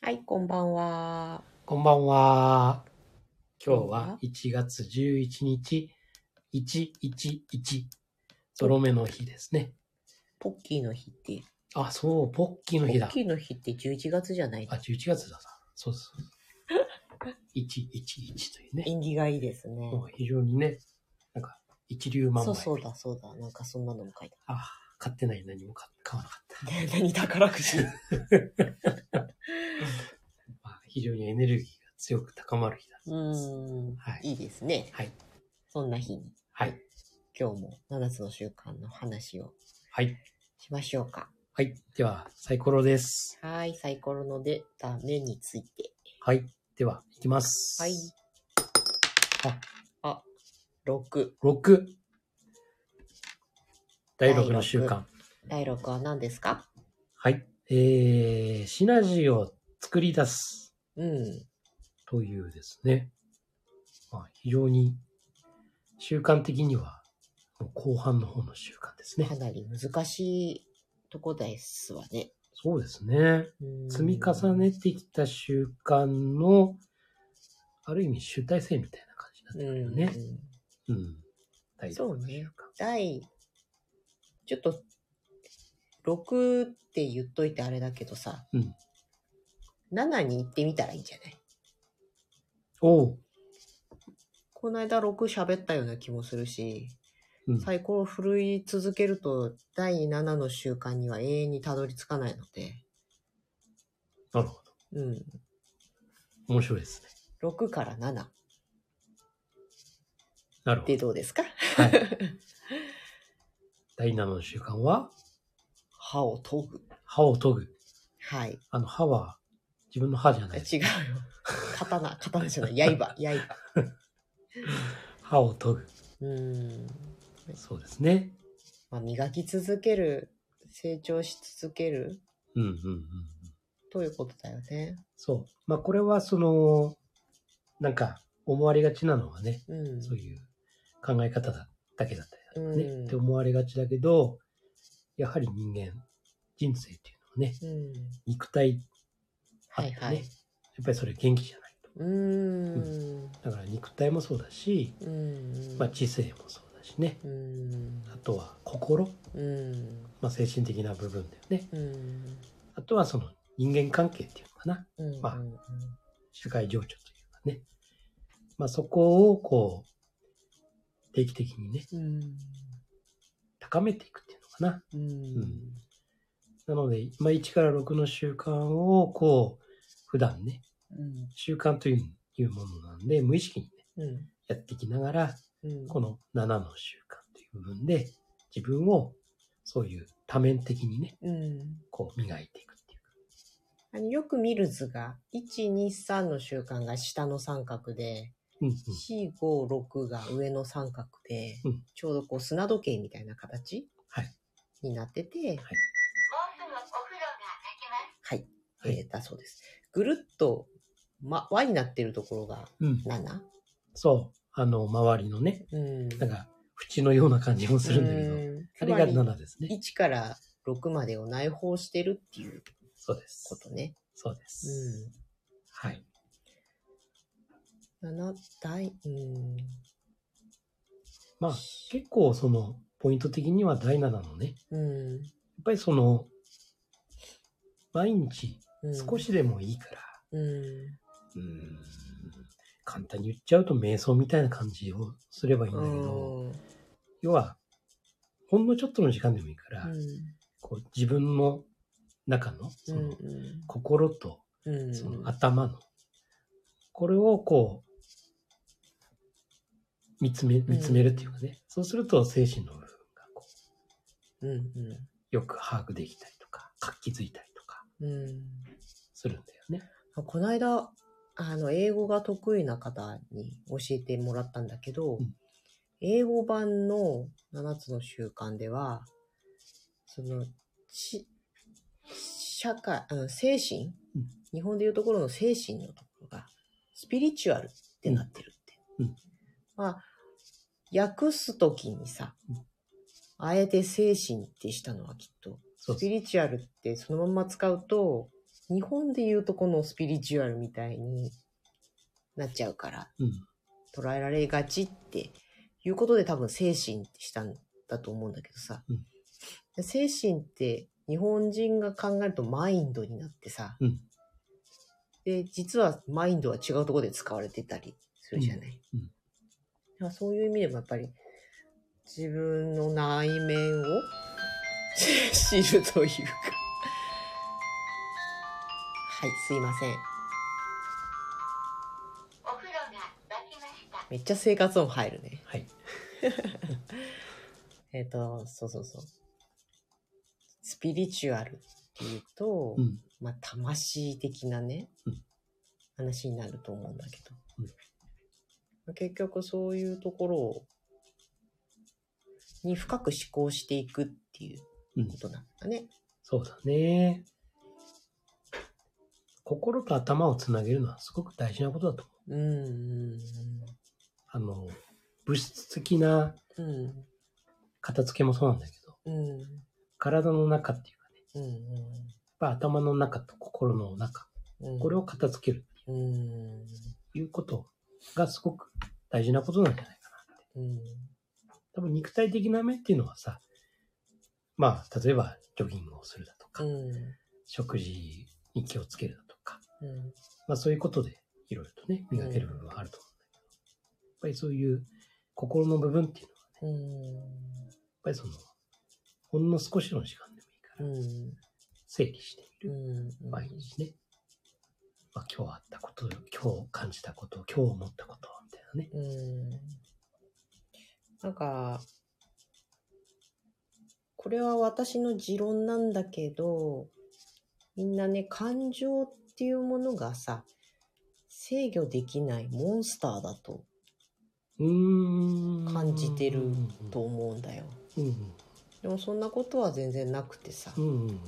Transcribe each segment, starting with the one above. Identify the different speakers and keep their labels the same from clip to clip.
Speaker 1: はい、こんばんは。
Speaker 2: こんばんは。今日
Speaker 1: こんばん
Speaker 2: は
Speaker 1: は
Speaker 2: 1月11日、111、ゾロ目の日ですね。
Speaker 1: ポッキーの日って、
Speaker 2: あ、そう、ポッキーの日
Speaker 1: ポ
Speaker 2: だ
Speaker 1: ッ。キーの日って11月じゃない
Speaker 2: あ、11月だな。そうです。111というね。
Speaker 1: 縁起がいいですね。
Speaker 2: もう非常にね、なんか、一流万
Speaker 1: そう
Speaker 2: 倍。
Speaker 1: そうだそうだ。なんかそんなのも書いて
Speaker 2: あ、買ってない何も買買わなかった。
Speaker 1: あ る。何宝く じ
Speaker 2: まあ、非常にエネルギーが強く高まる日だ。
Speaker 1: うーん、
Speaker 2: はい
Speaker 1: い。いですね。
Speaker 2: はい。
Speaker 1: そんな日に、
Speaker 2: はい。
Speaker 1: 今日も7つの習慣の話を
Speaker 2: はい。
Speaker 1: しましょうか。
Speaker 2: はい。では、サイコロです。
Speaker 1: はい、サイコロの出た目について。
Speaker 2: はい。では、いきます。
Speaker 1: はい。
Speaker 2: あ、
Speaker 1: あ、6。
Speaker 2: 6。第6の習慣。
Speaker 1: 第6は何ですか
Speaker 2: はい。えー、シナジーを作り出す
Speaker 1: うん。
Speaker 2: というですね。まあ、非常に習慣的には、もう後半の方の習慣ですね
Speaker 1: か。なり難しいとこですわね。
Speaker 2: そうですね。
Speaker 1: うん
Speaker 2: 積み重ねてきた習慣の、ある意味集大成みたいな感じになってくるよ
Speaker 1: うん、
Speaker 2: ね。うん。第六
Speaker 1: そう
Speaker 2: の
Speaker 1: ね
Speaker 2: 習慣。
Speaker 1: 第、ちょっと、6って言っといてあれだけどさ、
Speaker 2: うん
Speaker 1: 7に行ってみたらいいんじゃない
Speaker 2: おう。
Speaker 1: この間6喋ったような気もするし、
Speaker 2: うん
Speaker 1: サイコロを振るい続けると第7の習慣には永遠にたどり着かないので、
Speaker 2: なるほ
Speaker 1: うん、
Speaker 2: ど。面白いですね。
Speaker 1: 6から7っ
Speaker 2: なるほど
Speaker 1: て。どうですか
Speaker 2: はい。第7の習慣は、
Speaker 1: 歯を研ぐ。
Speaker 2: 歯を研ぐ。
Speaker 1: はい。
Speaker 2: あの、歯は、自分の歯じゃないです。
Speaker 1: 違うよ。刀、刀じゃ ない、刃、刃。
Speaker 2: 歯を研ぐ。
Speaker 1: うん。
Speaker 2: そうですね。
Speaker 1: まあ、磨き続ける、成長し続ける
Speaker 2: うんうんうんうん。
Speaker 1: ということだよね。
Speaker 2: そう。まあ、これは、その、なんか、思われがちなのはね、
Speaker 1: うん。
Speaker 2: そういう考え方だだけだったりね、
Speaker 1: うん
Speaker 2: って思われがちだけど、やはり人間、人生っていうのはね、
Speaker 1: うん。
Speaker 2: 肉体あ
Speaker 1: は
Speaker 2: って
Speaker 1: い
Speaker 2: ね、
Speaker 1: はい
Speaker 2: や。っぱりそれ元気じゃないと。
Speaker 1: うん。
Speaker 2: だから肉体もそうだし、
Speaker 1: うん。
Speaker 2: まあ、知性もそうだしね。
Speaker 1: うん。
Speaker 2: あとは心、
Speaker 1: うん。
Speaker 2: まあ、精神的な部分だよね。
Speaker 1: うん。
Speaker 2: あとはその人間関係っていうのかな。
Speaker 1: うん。
Speaker 2: まあ社会情緒というかね。まあそこをこう、定期的にね、
Speaker 1: うん。
Speaker 2: 高めていくっていうのかな。
Speaker 1: うん。
Speaker 2: なので、まあ1から6の習慣をこう、普段ね、
Speaker 1: うん。
Speaker 2: 習慣といういうものなんで、無意識にね、
Speaker 1: うん。
Speaker 2: やっていきながら、
Speaker 1: うん。
Speaker 2: この7の習慣という部分で、自分をそういう多面的にね、
Speaker 1: うん。
Speaker 2: こう磨いていくっていうか。
Speaker 1: あのよく見る図が、1、2、3の習慣が下の三角で、
Speaker 2: うんうん。
Speaker 1: 4、5、6が上の三角で、
Speaker 2: うん
Speaker 1: ちょうどこう砂時計みたいな形、
Speaker 2: はい
Speaker 1: になってて、はい、
Speaker 2: はい
Speaker 1: えーだそうです。ぐるっと、ま、輪になってるところが
Speaker 2: うん。
Speaker 1: 7。
Speaker 2: そう。あの、周りのね、
Speaker 1: うん。
Speaker 2: なんか、縁のような感じもするんだけど、
Speaker 1: うん
Speaker 2: あ
Speaker 1: つ
Speaker 2: れ
Speaker 1: ま
Speaker 2: が
Speaker 1: り
Speaker 2: 7ですね。
Speaker 1: 1から6までを内包してるっていう
Speaker 2: そうです。
Speaker 1: ことね。
Speaker 2: そうです。はい。
Speaker 1: うん。7体、うん。
Speaker 2: まあ、結構その、ポイント的には第7のね、やっ
Speaker 1: うん。
Speaker 2: ぱりその、毎日
Speaker 1: うん、
Speaker 2: 少、しでもいいから、
Speaker 1: うん。
Speaker 2: うん簡単に言っちゃうと瞑想みたいな感じをすればいいんだけど、
Speaker 1: うん
Speaker 2: 要は、ほんのちょっとの時間でもいいから、こう自分の中の、その、
Speaker 1: うん
Speaker 2: 心と
Speaker 1: うん
Speaker 2: その頭の、これをこう、見つめ、見つめるっていうかね、そうすると精神の部分がこう、
Speaker 1: うんうん
Speaker 2: よく把握できたりとか、活気づいたりとか
Speaker 1: うん、
Speaker 2: するんだよね。
Speaker 1: この間あの英語が得意な方に教えてもらったんだけど、
Speaker 2: うん
Speaker 1: 英語版の7つの習慣ではそのし社会あの精神、
Speaker 2: うん
Speaker 1: 日本でいうところの精神のところがスピリチュアルってなってるって、
Speaker 2: うん
Speaker 1: まあ訳す時にさ、
Speaker 2: うん
Speaker 1: あえて精神ってしたのはきっと
Speaker 2: そう
Speaker 1: スピ
Speaker 2: そう。
Speaker 1: リチュアルってそのまんま使うと日本で言うとこのスピリチュアルみたいになっちゃうから、
Speaker 2: うん。
Speaker 1: 捉えられがちっていうことで多分精神ってしたんだと思うんだけどさ、
Speaker 2: うん
Speaker 1: で精神って日本人が考えるとマインドになってさ、
Speaker 2: うん
Speaker 1: で実はマインドは違うところで使われてたりするじゃない、
Speaker 2: うんうん
Speaker 1: だからそういう意味でもやっぱり自分の内面を 知るというかはいすいません
Speaker 3: お風呂が沸きました。
Speaker 1: めっちゃ生活音入るね
Speaker 2: はい。
Speaker 1: えっ、と、そうそうそう。スピリチュアルっていうと、
Speaker 2: うん。
Speaker 1: まあ、魂的なね、
Speaker 2: うん
Speaker 1: 話になると思うんだけど。
Speaker 2: うん
Speaker 1: まあ結局そういうところを、に深く思考していくっていう
Speaker 2: うん
Speaker 1: こ。となんだね。
Speaker 2: そうだね。心と頭をつなげるのはすごく大事なことだと思
Speaker 1: う
Speaker 2: う。
Speaker 1: ん、うん
Speaker 2: あの、物質的な
Speaker 1: うん、うん、
Speaker 2: 片付けもそうなんだけど、
Speaker 1: うん、
Speaker 2: 体の中っていうかね、
Speaker 1: うん、
Speaker 2: やっぱ頭の中と心の中、
Speaker 1: うん。
Speaker 2: これを、片付ける
Speaker 1: うん、
Speaker 2: ということがすごく大事なことなんじゃないかな。
Speaker 1: うん、
Speaker 2: 多分肉体的な面っていうのはさ、まあ、例えばジョギングをするだとか、
Speaker 1: うん、
Speaker 2: 食事に気をつけるだとか、
Speaker 1: うん、
Speaker 2: まあそういうことでいろいろとね、磨ける部分はあると思うんだけど、やっぱりそういう心の部分っていうのは、やっ
Speaker 1: うん、
Speaker 2: ぱりその、ほんの少しの時間でもいいから、
Speaker 1: うん、
Speaker 2: 整理してみる。
Speaker 1: うん。
Speaker 2: 毎日ね。まあ今日あったこと、今日感じたこと、今日思ったこと、みたいなね。
Speaker 1: うんなんか、これは私の持論なんだけど、みんなね、感情っていうものがさ、制御できないモンスターだと、
Speaker 2: うーん。
Speaker 1: 感じてると。思うんだよ。
Speaker 2: うん
Speaker 1: でもそんなことは全然なくてさ
Speaker 2: う、ん。うんうん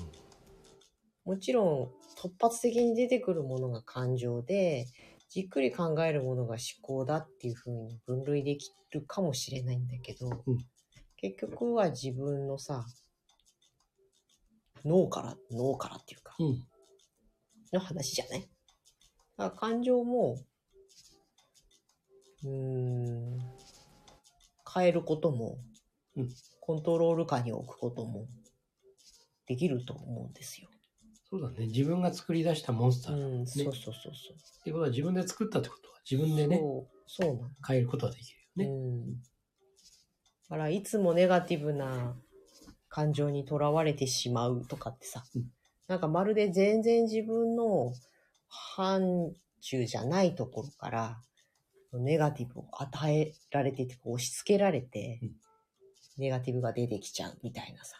Speaker 1: もちろん突発的に出てくるものが感情で、じっくり考えるものが思考だっていうふうに分類できるかもしれないんだけど、
Speaker 2: うん
Speaker 1: 結局は自分のさ、脳から、脳からっていうか、
Speaker 2: うん。うん。
Speaker 1: の話じゃないだから感情も、うーん、変えることも、
Speaker 2: うん
Speaker 1: コントロール下に置くことも、できると思うんですよ。
Speaker 2: そうだね。自分が作り出したモンスター。っ
Speaker 1: うん、そうそうそうそう。
Speaker 2: てことは自分で作ったってことは、自分でね、
Speaker 1: そうそうなん
Speaker 2: 変えることはできるよね。
Speaker 1: うん。だから、いつもネガティブな感情にとらわれてしまうとかってさ、
Speaker 2: うん
Speaker 1: なんかまるで全然自分の範疇じゃないところから、ネガティブを与えられてて、こう押し付けられて
Speaker 2: うん、
Speaker 1: ネガティブが出てきちゃうみたいなさ。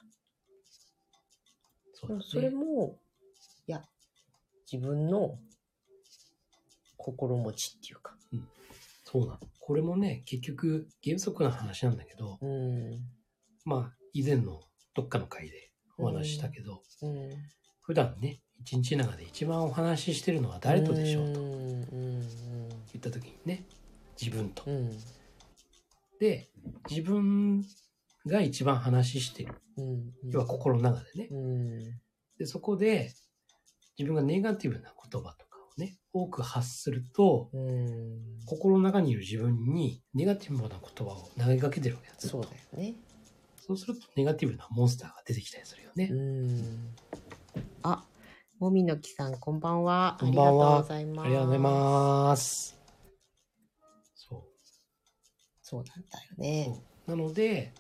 Speaker 2: そ
Speaker 1: で
Speaker 2: うだ
Speaker 1: も
Speaker 2: ね。
Speaker 1: それも、いや、自分の心持ちっていうか。
Speaker 2: そうなの。これもね、結局、原則の話なんだけど、
Speaker 1: うん。
Speaker 2: まあ、以前のどっかの回でお話ししたけど、
Speaker 1: うん。
Speaker 2: 普段ね、一日の中で一番お話ししてるのは誰とでしょうと
Speaker 1: うんうん
Speaker 2: 言った時にね、自分と
Speaker 1: う。ん
Speaker 2: で、自分が一番話してる。
Speaker 1: うん
Speaker 2: 要は心の中でね。
Speaker 1: うん
Speaker 2: で、そこで、自分がネガティブな言葉とかをね、多く発すると、
Speaker 1: うん
Speaker 2: 心の中にいる自分にネガティブな言葉を投げかけてるわけだ。ずっと
Speaker 1: そうだよね
Speaker 2: そうすると、ネガティブなモンスターが出てきたりするよね。
Speaker 1: うんあもみのきさんこんばんは
Speaker 2: こんばんは
Speaker 1: ありがとうございます
Speaker 2: ありがとうございます。そ
Speaker 1: そうなんだよね
Speaker 2: う。なので、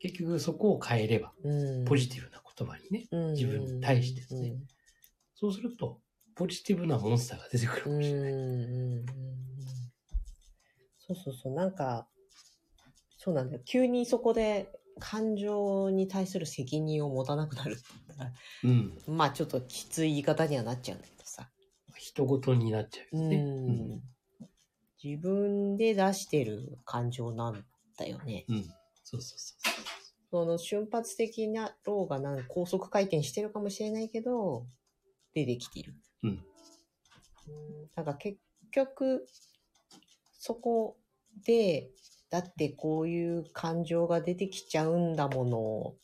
Speaker 2: 結局そこを変えれば、
Speaker 1: うん
Speaker 2: ポジティブな言葉にね、
Speaker 1: うん
Speaker 2: 自分に対してですねそうすると、ポジティブなモンスターが出てくるか
Speaker 1: うんう
Speaker 2: も
Speaker 1: ん
Speaker 2: しれない。
Speaker 1: うんうんそうそうそうなんかそうなんだよ急にそこで感情に対する責任を持たなくなるって言ったら
Speaker 2: うん。
Speaker 1: まあちょっときつい言い方にはなっちゃうんだけどさ
Speaker 2: 人ごとになっちゃ
Speaker 1: う
Speaker 2: うよ
Speaker 1: ん
Speaker 2: ね。うん。
Speaker 1: 自分で出してる感情なんだよね。
Speaker 2: うん。そうそうそう。
Speaker 1: その瞬発的なローがなんか高速回転してるかもしれないけど、出てきてる。
Speaker 2: うん。
Speaker 1: なんか結局、そこで、だってこういう感情が出てきちゃうんだもの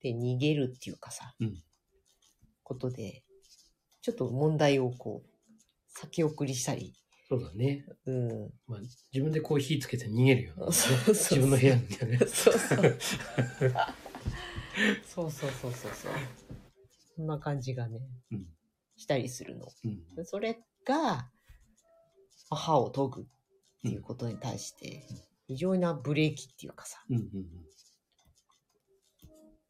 Speaker 1: で逃げるっていうかさ、
Speaker 2: うん
Speaker 1: ことで、ちょっと問題をこう、先送りしたり、
Speaker 2: そうだね。
Speaker 1: うん。
Speaker 2: まあ、自分でこう火つけて逃げるような、ね。
Speaker 1: そうそう
Speaker 2: 自分の部屋みたいなね。
Speaker 1: そうそう。そうそうそうそうそう。そんな感じがね、
Speaker 2: うん
Speaker 1: したりするの。
Speaker 2: うん。
Speaker 1: それが、歯を研ぐっていうことに対して、非常なブレーキっていうかさ、
Speaker 2: うんうん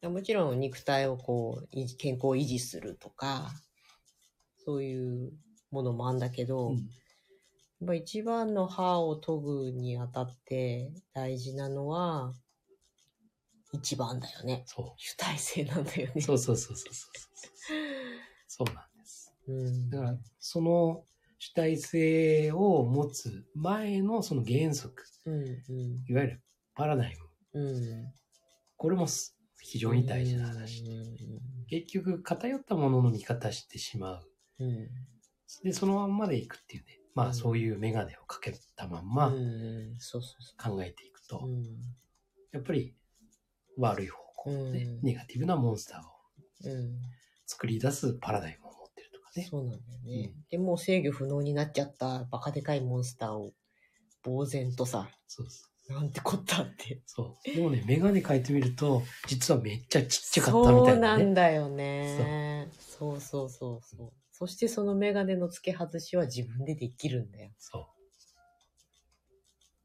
Speaker 2: うん。
Speaker 1: もちろん肉体をこう、い健康を維持するとか、そういうものもあんだけど、
Speaker 2: うん
Speaker 1: やっぱ一番の歯を研ぐにあたって大事なのは、一番だよね。
Speaker 2: そ
Speaker 1: 主体性なんだよね
Speaker 2: う。。そうそうそうそうそうそう。そうなんです。
Speaker 1: うん
Speaker 2: だから、その主体性を持つ前のその原則、
Speaker 1: うん
Speaker 2: いわゆるパラダイム。
Speaker 1: うん。うん。
Speaker 2: これもす非常に大事な話。結局、偏ったものの見方してしまう。
Speaker 1: うん。うん。
Speaker 2: で、そのまんまでいくっていうね。ま
Speaker 1: う
Speaker 2: あ、
Speaker 1: ん
Speaker 2: そういうメガネをかけたまんま
Speaker 1: うん。そうそうそ
Speaker 2: 考えていくと、
Speaker 1: う。うん。
Speaker 2: やっぱり悪い方向のね、
Speaker 1: うん
Speaker 2: ネガティブなモンスターを
Speaker 1: うん。
Speaker 2: 作り出すパラダイムを持ってるとかね。
Speaker 1: そうなんだよね。でもう制御不能になっちゃったバカでかいモンスターを、呆然とさ、
Speaker 2: そうそう
Speaker 1: なんてこったって。
Speaker 2: そう。でもね、メガネ変えてみると、実はめっちゃちっちゃかったみ
Speaker 1: そ
Speaker 2: た
Speaker 1: う
Speaker 2: い
Speaker 1: な
Speaker 2: な
Speaker 1: ん
Speaker 2: ね。
Speaker 1: だよね。そうそうそうそう。そしてそのメガネの付け外しは自分でできるんだよ。
Speaker 2: そう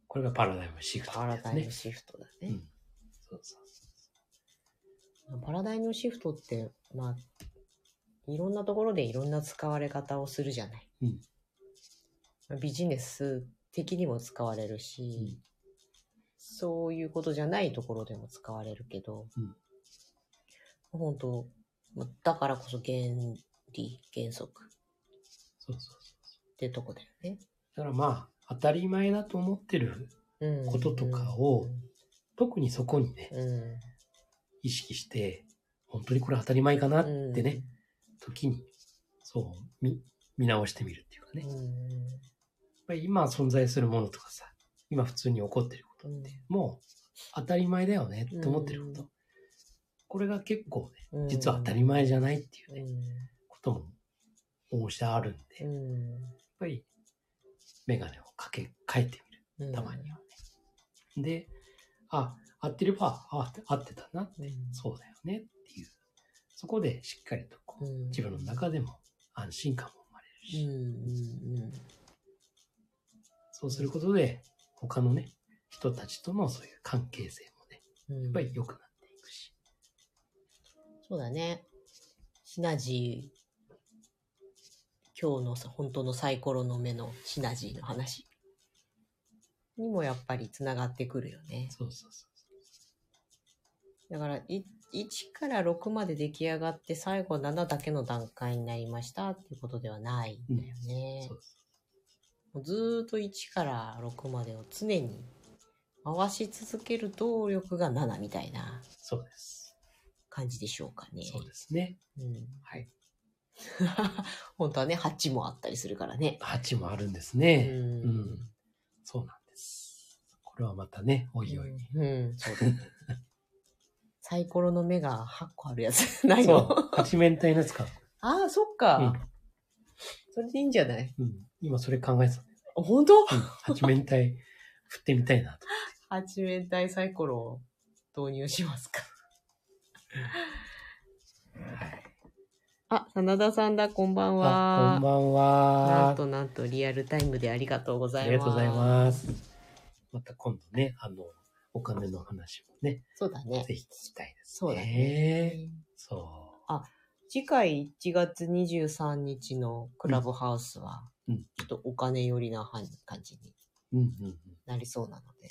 Speaker 2: これがパラダイムシフト
Speaker 1: パラ
Speaker 2: です
Speaker 1: ダイ
Speaker 2: ね
Speaker 1: ム。シフトだ
Speaker 2: う
Speaker 1: ね。
Speaker 2: ん。そうそう
Speaker 1: パラダイムシフトって、まあ、いろんなところでいろんな使われ方をするじゃない。
Speaker 2: うん
Speaker 1: まあビジネス的にも使われるし、そういうことじゃないところでも使われるけど、
Speaker 2: うん
Speaker 1: 本当、まあだからこそ原理、原則っ
Speaker 2: そうそうそう。
Speaker 1: てとこだよね。
Speaker 2: だからまあ、当たり前だと思ってる、
Speaker 1: うん
Speaker 2: こととかを特にそこにね、
Speaker 1: うん、
Speaker 2: 意識して、本当にこれ当たり前かなってね、時に、そう、見、見直してみるっていうかね。
Speaker 1: うん。
Speaker 2: やっ
Speaker 1: うん
Speaker 2: ぱり今存在するものとかさ、今普通に起こってることって、もう当たり前だよねって思ってること。
Speaker 1: う
Speaker 2: これが結構ね、
Speaker 1: うん
Speaker 2: 実は当たり前じゃないっていうね、
Speaker 1: う
Speaker 2: ことも、応じてあるんで、やっ
Speaker 1: んうん
Speaker 2: ぱり、メガネをかけ、変えてみ
Speaker 1: うん
Speaker 2: る。たまにはね。で、あ、合ってれば、あ、合ってたな
Speaker 1: うん
Speaker 2: そうだよねっていう。そこでしっかりとこう、
Speaker 1: うん
Speaker 2: 自分の中でも安心感も生まれるし、
Speaker 1: うんうんうん
Speaker 2: そうすることで、他のね、人たちとのそういう関係性もね、
Speaker 1: うん
Speaker 2: やっぱり良くなっていくし。
Speaker 1: そうだね。シナジー、今日のさ本当のサイコロの目のシナジーの話にもやっぱりつながってくるよね。
Speaker 2: そうそうそう。
Speaker 1: だからい1から6まで出来上がって最後7だけの段階になりましたっていうことではないんだよね
Speaker 2: そ。うそ
Speaker 1: もうずーっと1から6までを常に回し続ける動力が7みたいな
Speaker 2: うそうです。
Speaker 1: 感じでしょうかね。
Speaker 2: そうですね。
Speaker 1: うん
Speaker 2: はい。
Speaker 1: 本当はね、8もあったりするからね。
Speaker 2: 8もあるんです
Speaker 1: う
Speaker 2: ね。うん
Speaker 1: ん。
Speaker 2: そうなんです。これはまたね、おいおい。
Speaker 1: うん。そう だねサイコロの目が8個あるやつ ない
Speaker 2: そ
Speaker 1: の
Speaker 2: う。八面体のやつか。
Speaker 1: ああ、そっ
Speaker 2: う
Speaker 1: か
Speaker 2: ん。。
Speaker 1: それでいいんじゃない
Speaker 2: うん今それ考えてた。
Speaker 1: あ本当
Speaker 2: うん八面体振ってみたいな と。
Speaker 1: 八面体サイコロを導入しますか。
Speaker 2: はい。
Speaker 1: あ、真田さんだ、こんばん
Speaker 2: あ、こん
Speaker 1: は。
Speaker 2: ばんは。
Speaker 1: なんとなんとリアルタイムでありがとうござい
Speaker 2: あ
Speaker 1: ます。
Speaker 2: りがとうございます。また今度ね、あの、お金の話もね、
Speaker 1: す。そうだね。
Speaker 2: ぜひ聞きたいですね。
Speaker 1: そうだね。
Speaker 2: そ
Speaker 1: 次回1月23日のクラブハウスは、
Speaker 2: う
Speaker 1: ち
Speaker 2: ん
Speaker 1: ょっとお金寄りな感じに
Speaker 2: う。うんうんうん。
Speaker 1: なりそうなので。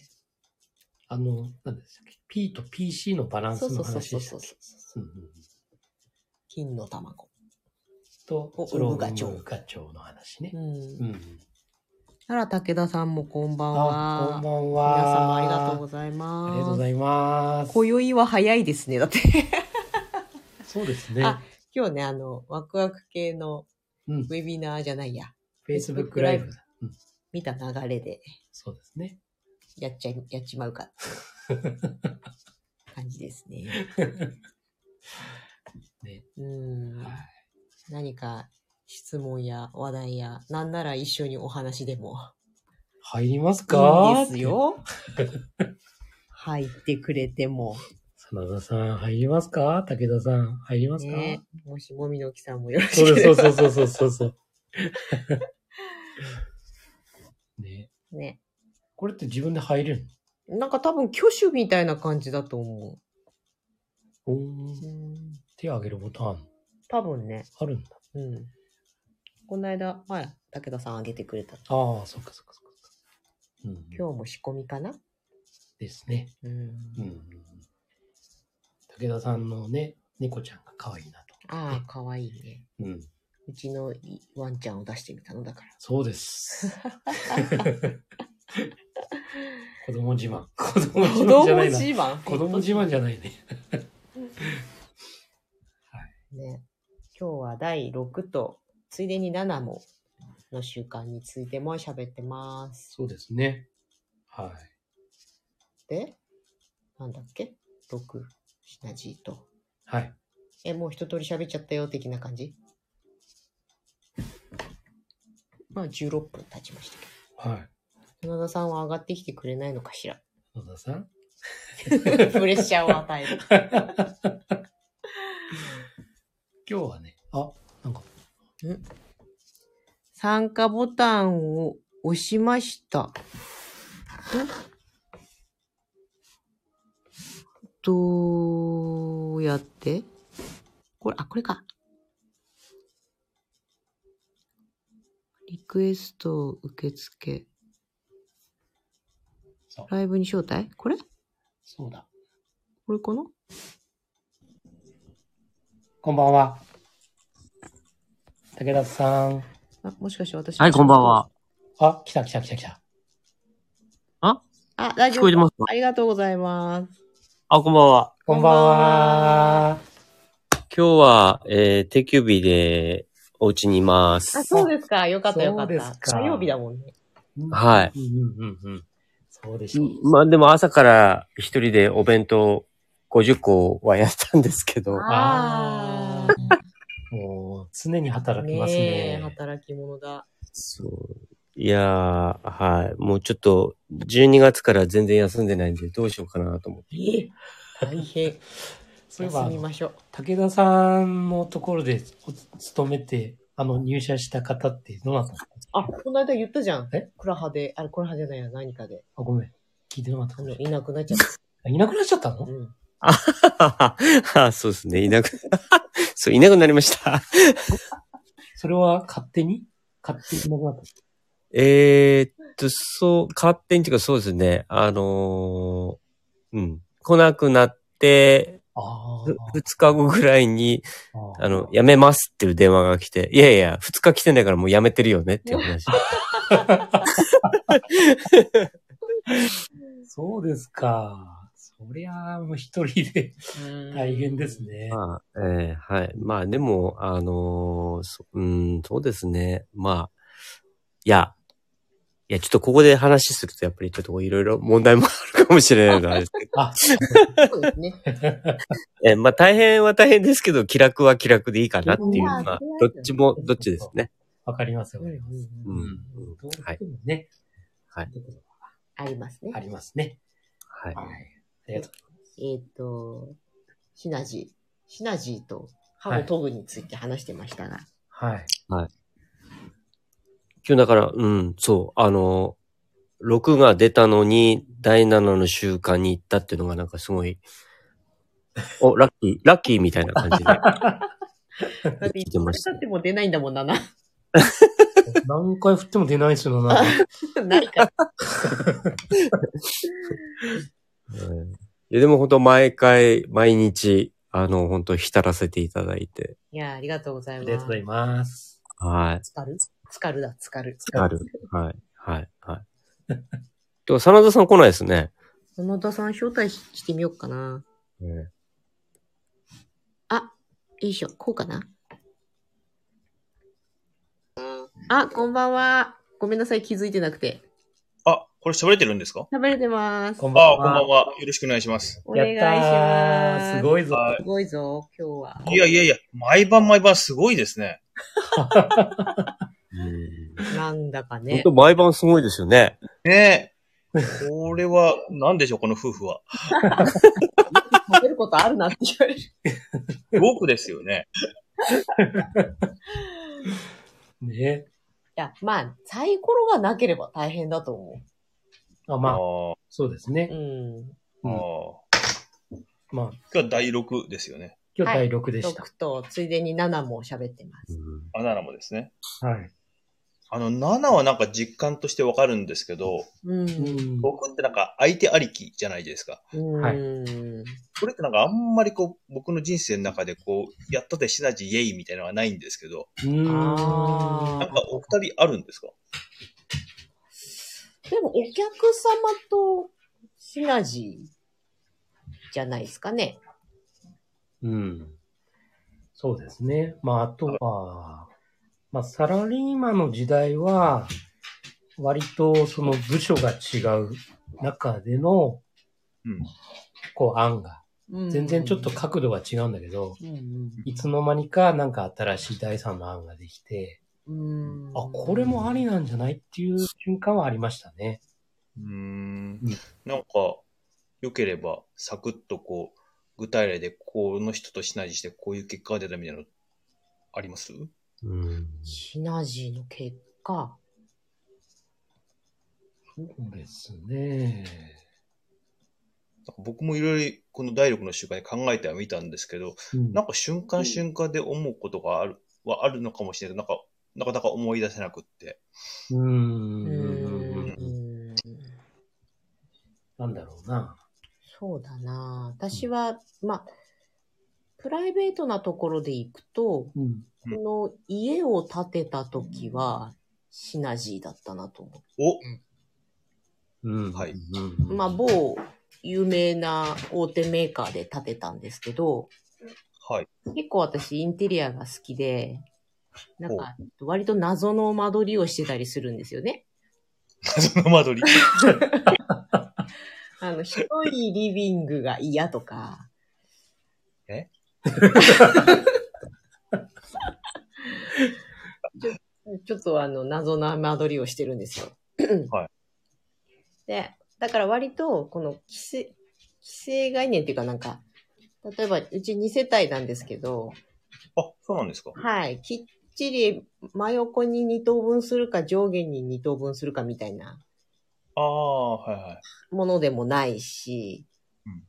Speaker 2: あの、何でしたっけ ?P と PC のバラン
Speaker 1: そ
Speaker 2: ス
Speaker 1: うそ
Speaker 2: の
Speaker 1: うそう
Speaker 2: 話
Speaker 1: そ
Speaker 2: で
Speaker 1: う
Speaker 2: し
Speaker 1: そ
Speaker 2: たっ
Speaker 1: う
Speaker 2: け
Speaker 1: そうう。
Speaker 2: んうんうん
Speaker 1: 金の卵。お
Speaker 2: と、それ
Speaker 1: ウ
Speaker 2: を
Speaker 1: グガチョウ
Speaker 2: ウグガチョウの話ね
Speaker 1: う。。
Speaker 2: うんん。
Speaker 1: あら、武田さんもこんばん
Speaker 2: あ、
Speaker 1: は。
Speaker 2: こんばんは。
Speaker 1: 皆様ありがとうご
Speaker 2: ざい
Speaker 1: ざいます。
Speaker 2: ありがとうございます。
Speaker 1: 今宵は早いですね。だって
Speaker 2: そうですね。
Speaker 1: あ今日ね、あの、ワクワク系の
Speaker 2: うん。
Speaker 1: ウェビナーじゃないや、
Speaker 2: Facebook ライブだ。うん。
Speaker 1: 見た流れで
Speaker 2: そうですね。
Speaker 1: やっちゃい、やっちまうかっていう感じです ね。
Speaker 2: ね
Speaker 1: うん
Speaker 2: はい。
Speaker 1: 何か質問や話題や、なんなら一緒にお話でも。
Speaker 2: 入ります
Speaker 1: い
Speaker 2: か
Speaker 1: いんです。 よ。入ってくれても。
Speaker 2: 真田さん、入りますか武田さん、入りますか、
Speaker 1: ね、もしもみのきさんもよろし
Speaker 2: そう
Speaker 1: け
Speaker 2: です、そ
Speaker 1: れば。
Speaker 2: うそうそうそうそ うそう。ね
Speaker 1: ね。
Speaker 2: これって自分で入れる
Speaker 1: なんか多分挙手みたいな感じだと思
Speaker 2: のおー
Speaker 1: う。
Speaker 2: 手を挙げるボタン
Speaker 1: 多分ね。
Speaker 2: あるんだ。
Speaker 1: うん。この間、はい、武田さんあげてくれた。
Speaker 2: ああ、そっかそっかそっか。うん、
Speaker 1: 今日も仕込みかな
Speaker 2: ですね。
Speaker 1: うん。
Speaker 2: うん。武田さんのね、猫ちゃんが可愛いなと。
Speaker 1: ああ、かわいいね。
Speaker 2: うん。
Speaker 1: うちのいワンちゃんを出してみたのだから。
Speaker 2: そう です。子供自慢。 子供自慢じゃないな。
Speaker 1: 慢
Speaker 2: 子供自慢じゃないね。
Speaker 1: ね。今日は第6と、ついでに7も、の習慣についても喋ってます。
Speaker 2: そうですね。は
Speaker 1: で、なんだっけ ?6、シナジーと。
Speaker 2: い。はい。
Speaker 1: え、もう一通り喋っちゃったよ、的な感じまあ、16分経ちましたけ
Speaker 2: はい。
Speaker 1: ど。真田さんは上がってきてくれないのかしら
Speaker 2: 野田さん
Speaker 1: プレッシャーを与える。
Speaker 2: 今日はね、あ、なんか、
Speaker 1: 参加ボタンを押しました。どうやってこれ、あ、これか。リクエスト受付。
Speaker 2: そう
Speaker 1: ライブに招待これ
Speaker 2: そうだ。
Speaker 1: これかな
Speaker 2: こんばんは。武田さん。
Speaker 1: あ、もしかして私。
Speaker 4: はい、こんばんは。。
Speaker 2: あ、来た来た来た来た。
Speaker 1: あ、大丈夫。
Speaker 4: 聞こえてますか
Speaker 1: ありがとうございます。
Speaker 4: あ、こんばんは。
Speaker 2: こんばんは。
Speaker 4: 今日は、えー、定休日で、お家にいます。
Speaker 1: あ、そうですか。よかったよかっ
Speaker 2: そうです
Speaker 1: た。
Speaker 2: か。
Speaker 1: 火曜日だもんね。
Speaker 4: はい
Speaker 2: うんうんうんうん。そうでした。
Speaker 4: まあでも朝から一人でお弁当50個はやったんですけど、
Speaker 1: あ
Speaker 2: あ
Speaker 1: あ。
Speaker 2: もう、常に働きます
Speaker 1: え
Speaker 2: ね。
Speaker 1: 働き者だ。
Speaker 4: そう。いやー、はい。もうちょっと、12月から全然休んでないんで、どうしようかなと思って。
Speaker 1: え大変。
Speaker 2: そういえば
Speaker 1: 休みましょう。
Speaker 2: 武田さんのところでお勤めて、あの、入社した方ってどなたですか
Speaker 1: あ、この間言ったじゃん。
Speaker 2: え
Speaker 1: クラハで、あれ、クラハじゃないや、何かで。
Speaker 2: あ、ごめん。聞いてなかった
Speaker 1: あ
Speaker 2: かも
Speaker 1: の、
Speaker 2: しれ
Speaker 1: いなくなっちゃっ
Speaker 2: ない。いなくなっちゃった
Speaker 1: た。う
Speaker 2: の
Speaker 1: ん。
Speaker 4: あそうですね。いなく、 そう、いなくなりました。
Speaker 2: それは勝手に勝手にいなくなった。
Speaker 4: えーっと、そう、勝手にっていうかそうですね。あのーうん。来なくなって、
Speaker 2: あ
Speaker 4: ふ二日後ぐらいに、
Speaker 2: あ。
Speaker 4: あの、辞めますっていう電話が来て、いやいや、二日来てないからもう辞めてるよねっていう 話。
Speaker 2: そうですか。そりゃあ、もう一人で大変ですね。
Speaker 4: まあ、えーはい。まあでも、あのーそうん、そうですね。まあ、いや、いや、ちょっとここで話するとやっぱりちょっといろいろ問題もあるかもしれないのです けど
Speaker 2: あ、
Speaker 1: そうですね。
Speaker 4: えーまあ大変は大変ですけど、気楽は気楽でいいかなっていう、
Speaker 1: まあ
Speaker 4: まあ
Speaker 1: それは、
Speaker 4: どっちも、どっちですね。
Speaker 2: わかりますよ
Speaker 1: うんう。んうん
Speaker 4: うん
Speaker 2: うん
Speaker 4: うん
Speaker 2: どうし
Speaker 4: はい。
Speaker 2: てもね。
Speaker 4: はい
Speaker 2: とうこと
Speaker 1: ありますね
Speaker 2: があ。りますね。
Speaker 4: はい。
Speaker 2: はい。ありがとう
Speaker 1: えっと、シナジー。シナジーと歯の研ぐについて話してました が。
Speaker 2: はい。
Speaker 4: 今日だから、うん、そう、あの、6が出たのに、第7の習慣に行ったっていうのがなんかすごい、お、ラッキー、ラッキーみたいな感じで。
Speaker 1: だって、いつ
Speaker 4: 出
Speaker 1: ま
Speaker 4: ま
Speaker 1: で
Speaker 4: した
Speaker 1: 経っても出ないんだもんな。 な
Speaker 2: 何回振っても出ないですよな。
Speaker 1: ないから。
Speaker 4: うんいやでも本当毎回、毎日、あの、本当浸らせていただいて。
Speaker 1: いや、ありがとうござい
Speaker 2: あ
Speaker 1: ます。
Speaker 2: りがとうございます。
Speaker 4: はい。
Speaker 1: つかるつかるだ、つかる。
Speaker 4: ある。はい。はい。はい。でも、真田さん来ないですね。
Speaker 1: 野田さん招待ししてみようかな。あ、よいしょ、こうかな。あ、こんばんは。ごめんなさい、気づいてなくて。
Speaker 5: あ、これ喋れてるんですか
Speaker 1: 食べれてます。
Speaker 2: こん
Speaker 5: あ、
Speaker 2: ばんは。
Speaker 5: こんばんは。よろしくお願いします。
Speaker 1: お
Speaker 2: や
Speaker 1: 願い
Speaker 2: っ
Speaker 1: したま
Speaker 2: ー
Speaker 1: す。
Speaker 2: すごいぞ。
Speaker 5: は
Speaker 1: すごいぞ、今日は。
Speaker 5: いやいやいや、毎晩毎晩すごいですね。
Speaker 4: うん
Speaker 1: なんだかね
Speaker 4: 本当。毎晩すごいですよね。
Speaker 5: ねえ。これは、なんでしょう、この夫婦は。
Speaker 1: 食べることあるなって言われる。
Speaker 5: すごくですよね。
Speaker 2: ね。
Speaker 1: いや、まあ、サイコロがなければ大変だと思
Speaker 2: あ
Speaker 5: あ
Speaker 2: まあ、
Speaker 5: ー
Speaker 2: そうです
Speaker 1: う。う
Speaker 2: ね。
Speaker 1: ん。
Speaker 5: あー。
Speaker 2: うんまあ、
Speaker 5: 今日は第6ですよね。
Speaker 2: 今日
Speaker 1: はい
Speaker 2: 第6でした。
Speaker 1: 6と、ついでに7も喋ってま
Speaker 4: う
Speaker 1: す。
Speaker 4: ん
Speaker 5: あ、7もですね。
Speaker 2: はい。
Speaker 5: あの、7はなんか実感としてわかるんですけど、
Speaker 1: うん。
Speaker 2: うん
Speaker 5: 僕ってなんか相手ありきじゃないですか。
Speaker 1: うん。
Speaker 2: はい
Speaker 5: これってなんかあんまりこう、僕の人生の中でこう、やったてシナジーイエイみたいなのはないんですけど、
Speaker 1: あ
Speaker 5: な
Speaker 1: ー
Speaker 5: んかお二人あるんですか
Speaker 1: でも、お客様とシナジーじゃないですかね。
Speaker 4: うん。
Speaker 2: そうですね。まあ、あとは、まあ、サラリーマンの時代は、割とその部署が違う中での、
Speaker 5: うん。
Speaker 2: こう、案が、
Speaker 1: うん
Speaker 2: 全然ちょっと角度が違うんだけど、
Speaker 1: うん
Speaker 2: いつの間にかなんか新しい第三の案ができて、
Speaker 1: うん。うん
Speaker 2: あ、これもありなんじゃないっていう瞬間はありましたね。
Speaker 5: うーん
Speaker 2: うん
Speaker 5: なんか、良ければ、サクッとこう、具体例で、この人とシナジーして、こういう結果が出たみたいなの、あります
Speaker 4: うん。
Speaker 1: シナジーの結果。
Speaker 2: そうですね。
Speaker 5: なんか僕もいろいろ、この第6の瞬間に考えてはみたんですけど、
Speaker 2: うん
Speaker 5: なんか瞬間瞬間で思うことがある、はあるのかもしれないけど、なんか、なかなか思い出せなくって。
Speaker 2: うー。
Speaker 1: うんん。
Speaker 2: なんだろうな。
Speaker 1: そうだな。私は、まあ、プライベートなところで行くと、
Speaker 2: うん。
Speaker 5: う
Speaker 1: この家を建てた時は、シナジーだったなと思
Speaker 5: お
Speaker 4: うん。
Speaker 5: はい
Speaker 1: うん。まあ、某有名な大手メーカーで建てたんですけど、
Speaker 5: はい。
Speaker 1: 結構私インテリアが好きで、なんか割と謎の間取りをしてたりするんですよね。
Speaker 5: その間取り。
Speaker 1: あの、広いリビングが嫌とか。
Speaker 5: え
Speaker 1: ちょ ちょっとあの、謎な間取りをしてるんですよ。
Speaker 5: はい。
Speaker 1: で、だから割と、この規制、規制概念っていうかなんか、例えば、うち2世帯なんですけど、
Speaker 5: あ、そうなんですか。
Speaker 1: はい、きっちり真横に2等分するか上下に2等分するかみたいな
Speaker 5: ああ、はいはい。
Speaker 1: ものでもないし、
Speaker 5: うん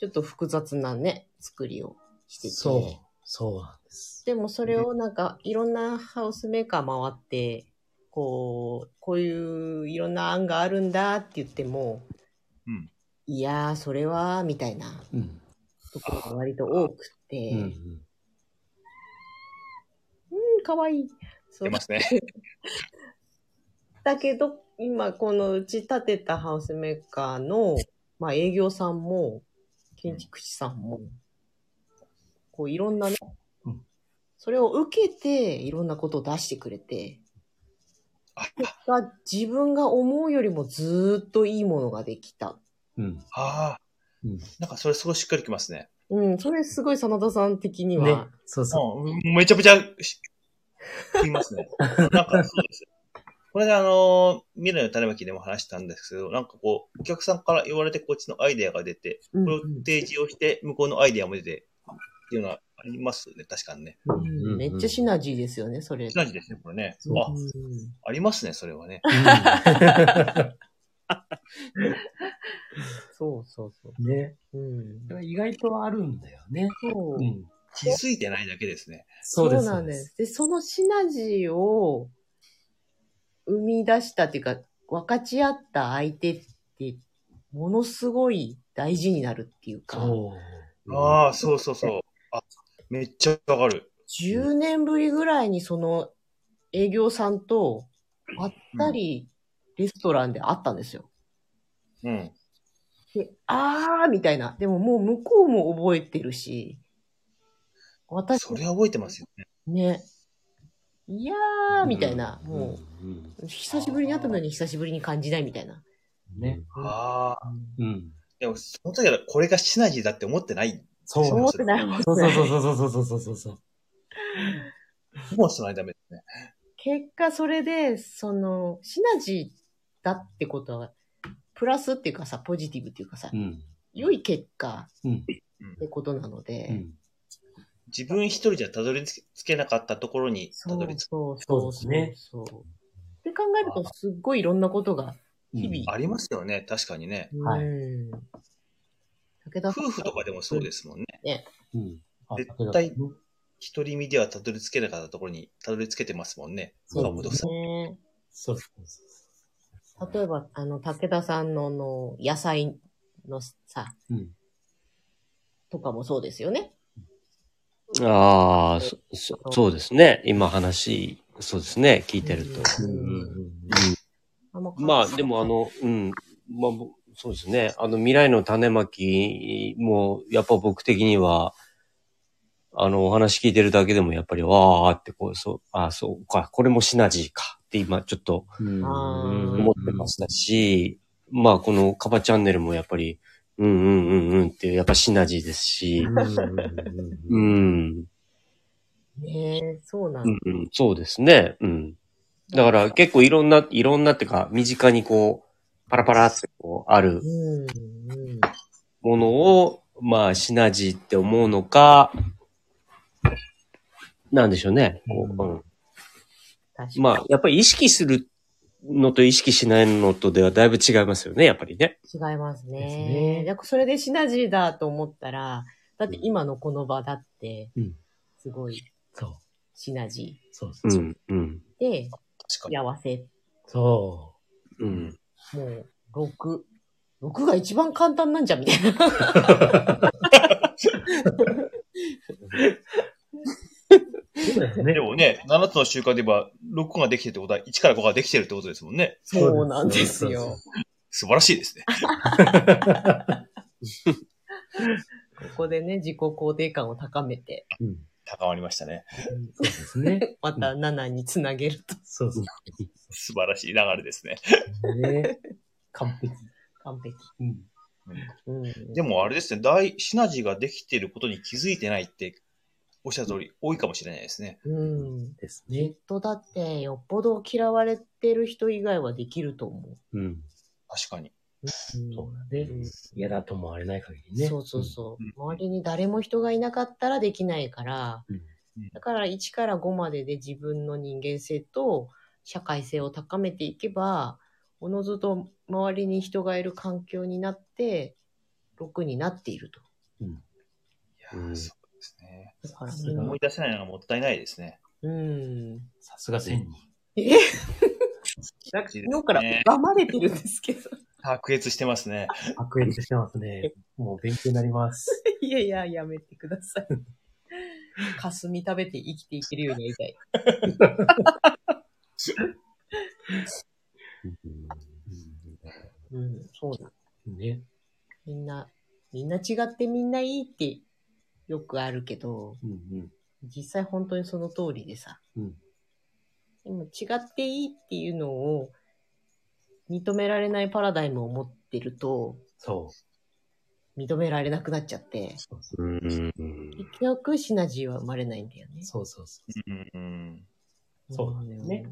Speaker 1: ちょっと複雑なね、作りをしてて。
Speaker 2: そう。そうなんです。
Speaker 1: でもそれをなんか、いろんなハウスメーカー回って、こう、こういういろんな案があるんだって言っても、
Speaker 5: うん
Speaker 1: いやー、それは、みたいな
Speaker 2: うん。
Speaker 1: ところが割と多くて、
Speaker 2: う
Speaker 1: うん、
Speaker 2: ん。
Speaker 1: かわいい。そ
Speaker 5: 出
Speaker 1: う
Speaker 5: ますね。
Speaker 1: だけど、今このうち建てたハウスメーカーの、まあ営業さんも、建築士さんも、こういろんなね
Speaker 2: うん、
Speaker 1: それを受けていろんなことを出してくれて、
Speaker 5: あ
Speaker 1: 結果自分が思うよりもずーっといいものができた。
Speaker 2: うん。
Speaker 5: ああ
Speaker 2: うん。
Speaker 5: なんか、それすごいしっかりきますね。
Speaker 1: うん、それすごい真田さん的には、
Speaker 2: ね。そうそう。
Speaker 5: うん、めちゃめちゃし、言いま すね。なんかそうです。これであのー、未来の種まきでも話したんですけど、なんかこう、お客さんから言われてこっちのアイデアが出て、
Speaker 1: うん
Speaker 5: これを提示をして、向こうのアイデアも出て、っていうのはありますね、確かにね。
Speaker 1: うんめっちゃシナジーですよね、それ。
Speaker 5: シナジーですね、これね。
Speaker 1: うん
Speaker 5: あ、ありますね、それはね。
Speaker 1: そうそうそ
Speaker 2: うんね。
Speaker 1: う。うん、
Speaker 2: 意外とあるんだよね。
Speaker 1: そう
Speaker 2: うん。
Speaker 5: 気づいてないだけですね。
Speaker 2: そうです。
Speaker 1: なんです。で、そのシナジーを生み出したっていうか、分かち合った相手って、ものすごい大事になるっていうか、
Speaker 2: そう。
Speaker 5: ああ、そうそうそう。あ、めっちゃわかる。
Speaker 1: 10年ぶりぐらいにその営業さんと、ばったりレストランで会ったんですよ。
Speaker 5: うん。
Speaker 1: で、あーみたいな。でももう向こうも覚えてるし、私
Speaker 5: それは覚えてますよね。
Speaker 1: ね、いやーみたいな、もう。
Speaker 4: うん。
Speaker 1: 久しぶりに会ったのに久しぶりに感じないみたいな。
Speaker 2: ね。
Speaker 5: ああ。
Speaker 2: うん。
Speaker 5: でも、その時はこれがシナジーだって思ってない。
Speaker 2: そう
Speaker 1: そう思ってないもんね。
Speaker 2: そうそうそうそうそうそうそうそう。
Speaker 5: もうしないダメですね。
Speaker 1: 結果それで、その、シナジーだってことは、プラスっていうかさ、ポジティブっていうかさ、
Speaker 2: うん。
Speaker 1: 良い結果
Speaker 2: うん。
Speaker 1: ってことなので、
Speaker 2: うん。
Speaker 5: 自分一人じゃたどり着けなかったところにた
Speaker 1: そ
Speaker 5: ど
Speaker 1: う
Speaker 5: り着く。
Speaker 1: そうそう
Speaker 2: そ
Speaker 1: そうう
Speaker 2: で
Speaker 1: そう。って考えると、すっごいいろんなことが、日々
Speaker 5: ありますよね、確かにね。
Speaker 2: はい
Speaker 1: うん。武田さん
Speaker 5: 夫婦とかでもそうですもんね。
Speaker 2: うん。あ
Speaker 5: 絶対一人身ではたどり着けなかったところにたどり着けてますもんね。
Speaker 2: そう
Speaker 5: 岡本さん
Speaker 1: ね。
Speaker 2: そうそうそ
Speaker 1: 例えば、あの、武田さんのあの野菜のさ、
Speaker 2: う。うん。
Speaker 1: とかもそうですよね。
Speaker 4: ああ、そ、そそうですね。今話、そうですね。聞いてると。
Speaker 1: う
Speaker 2: うんん
Speaker 1: あんま
Speaker 4: まあ、でもあ、の、うん、まあ、ぼそうですね。あの、未来の種まきも、やっぱ僕的には、あの、お話聞いてるだけでも、やっぱり、わーって、こう、そう、あ、そうか、これもシナジーかって今、ちょっと
Speaker 2: うんうん
Speaker 1: あー
Speaker 4: 思ってましたし、まあ、このカバチャンネルもやっぱり、うんうんうんうんっていう、やっぱシナジーですし
Speaker 2: う、んうん
Speaker 4: う
Speaker 2: うん
Speaker 4: ん、
Speaker 1: ねえ、そうなん
Speaker 4: う
Speaker 1: だ
Speaker 4: んうん、そうですね。うん。だから、結構いろんな、いろんなってか、身近にこう、パラパラってこう、ある
Speaker 1: うん、うん。
Speaker 4: ものを、まあ、シナジーって思うのか、なんでしょうね。こううん
Speaker 1: 確かに。
Speaker 4: まあ、やっぱり意識するのと意識しないのとではだいぶ違いますよね、やっぱりね。
Speaker 1: 違います
Speaker 2: です
Speaker 1: ね。
Speaker 2: ね
Speaker 1: やっぱそれでシナジーだと思ったら、だって今のこの場だって
Speaker 2: うん、
Speaker 1: すごい
Speaker 2: そう。
Speaker 1: シナジ
Speaker 2: そうそうう。
Speaker 4: ん、うん、
Speaker 1: ーで、
Speaker 5: 確か
Speaker 1: 幸せ、
Speaker 2: そ
Speaker 4: うん。
Speaker 1: もう、6。6が一番簡単なんじゃんみたいな。
Speaker 2: う。そうだよ
Speaker 5: に。
Speaker 2: ね
Speaker 5: で。もね、7つの習慣で言えば、6個ができてるってことは、1から5ができてるってことですもんね。
Speaker 1: そうなんですよ。
Speaker 5: 素晴らしいですね。
Speaker 1: ここでね、自己肯定感を高めて、
Speaker 2: うん
Speaker 5: 高まりましたね。
Speaker 2: そうですね。
Speaker 1: また7につなげると
Speaker 2: そうそう。
Speaker 5: 素晴らしい流れですね。
Speaker 2: ね完璧。
Speaker 1: 完璧。
Speaker 2: うん。
Speaker 1: うん。
Speaker 5: でもあれですね、大、シナジーができてることに気づいてないって、おっしゃる通り、多いかもしれないですね。
Speaker 1: うん。
Speaker 2: ですね。
Speaker 1: とだって、よっぽど嫌われてる人以外はできると思
Speaker 4: うん。
Speaker 5: 確かに。
Speaker 1: う。うん
Speaker 2: そうだね。嫌だと思われない限りね。
Speaker 1: そうそうそう
Speaker 5: うん。
Speaker 1: 周りに誰も人がいなかったらできないから
Speaker 2: うん、
Speaker 1: だから1から5までで自分の人間性と社会性を高めていけば、おのずと周りに人がいる環境になって、6になっていると。
Speaker 5: いやー
Speaker 4: うん
Speaker 5: そうですね。
Speaker 1: だから
Speaker 2: さすが
Speaker 1: みん
Speaker 5: 思
Speaker 1: ない
Speaker 5: 出せないのがもったいないですね。
Speaker 1: うん。
Speaker 2: さすが千人。
Speaker 1: え
Speaker 5: 昨
Speaker 1: 昨日から
Speaker 5: ね、
Speaker 1: 頑張れてるんですけど。
Speaker 5: 卓越してますね。
Speaker 2: 悪役してます ね。もう勉強になります。
Speaker 1: いやいや、やめてください。 かすみ食べて生きていけるようになりたい。うん、そうだ。
Speaker 2: ね。
Speaker 1: みんな、みんな違ってみんないいってよくあるけど、
Speaker 2: うんうん。
Speaker 1: 実際本当にその通りでさ。
Speaker 2: うん
Speaker 1: でも違っていいっていうのを認められないパラダイムを持ってると、
Speaker 2: そう。
Speaker 1: 認められなくなっちゃって、
Speaker 2: そうそう
Speaker 4: うん。うん
Speaker 1: 結局シナジーは生まれないんだよね。
Speaker 2: そうそうそう。
Speaker 5: うんうん
Speaker 2: そうなんだよね。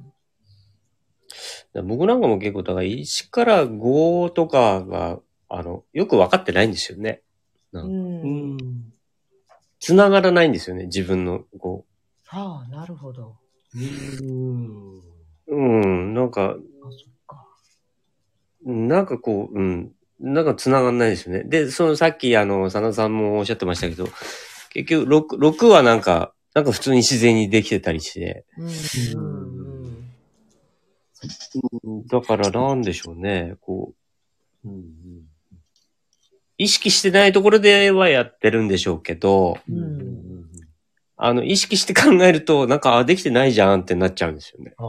Speaker 4: 僕なんかも結構、だから1から5とかが、あの、よく分かってないんですよね。
Speaker 1: うん。
Speaker 2: うん。
Speaker 4: 繋がらないんですよね、自分の、こう、
Speaker 1: はあ、なるほど。
Speaker 2: うん。
Speaker 4: うん、なん
Speaker 1: あ、
Speaker 4: か、
Speaker 1: そっか。
Speaker 4: なんかこう、うん、なんか繋がんないですよね。で、そのさっきあの、佐野さんもおっしゃってましたけど、結局6、6はなんか、なんか普通に自然にできてたりして、
Speaker 1: うん。うんうん
Speaker 4: うんだからなんでしょうね、こう、
Speaker 2: うんうん。
Speaker 4: 意識してないところではやってるんでしょうけど、
Speaker 2: うんうんうん。
Speaker 4: あの、意識して考えると、なんか、あ、できてないじゃんってなっちゃうんですよね。
Speaker 2: あ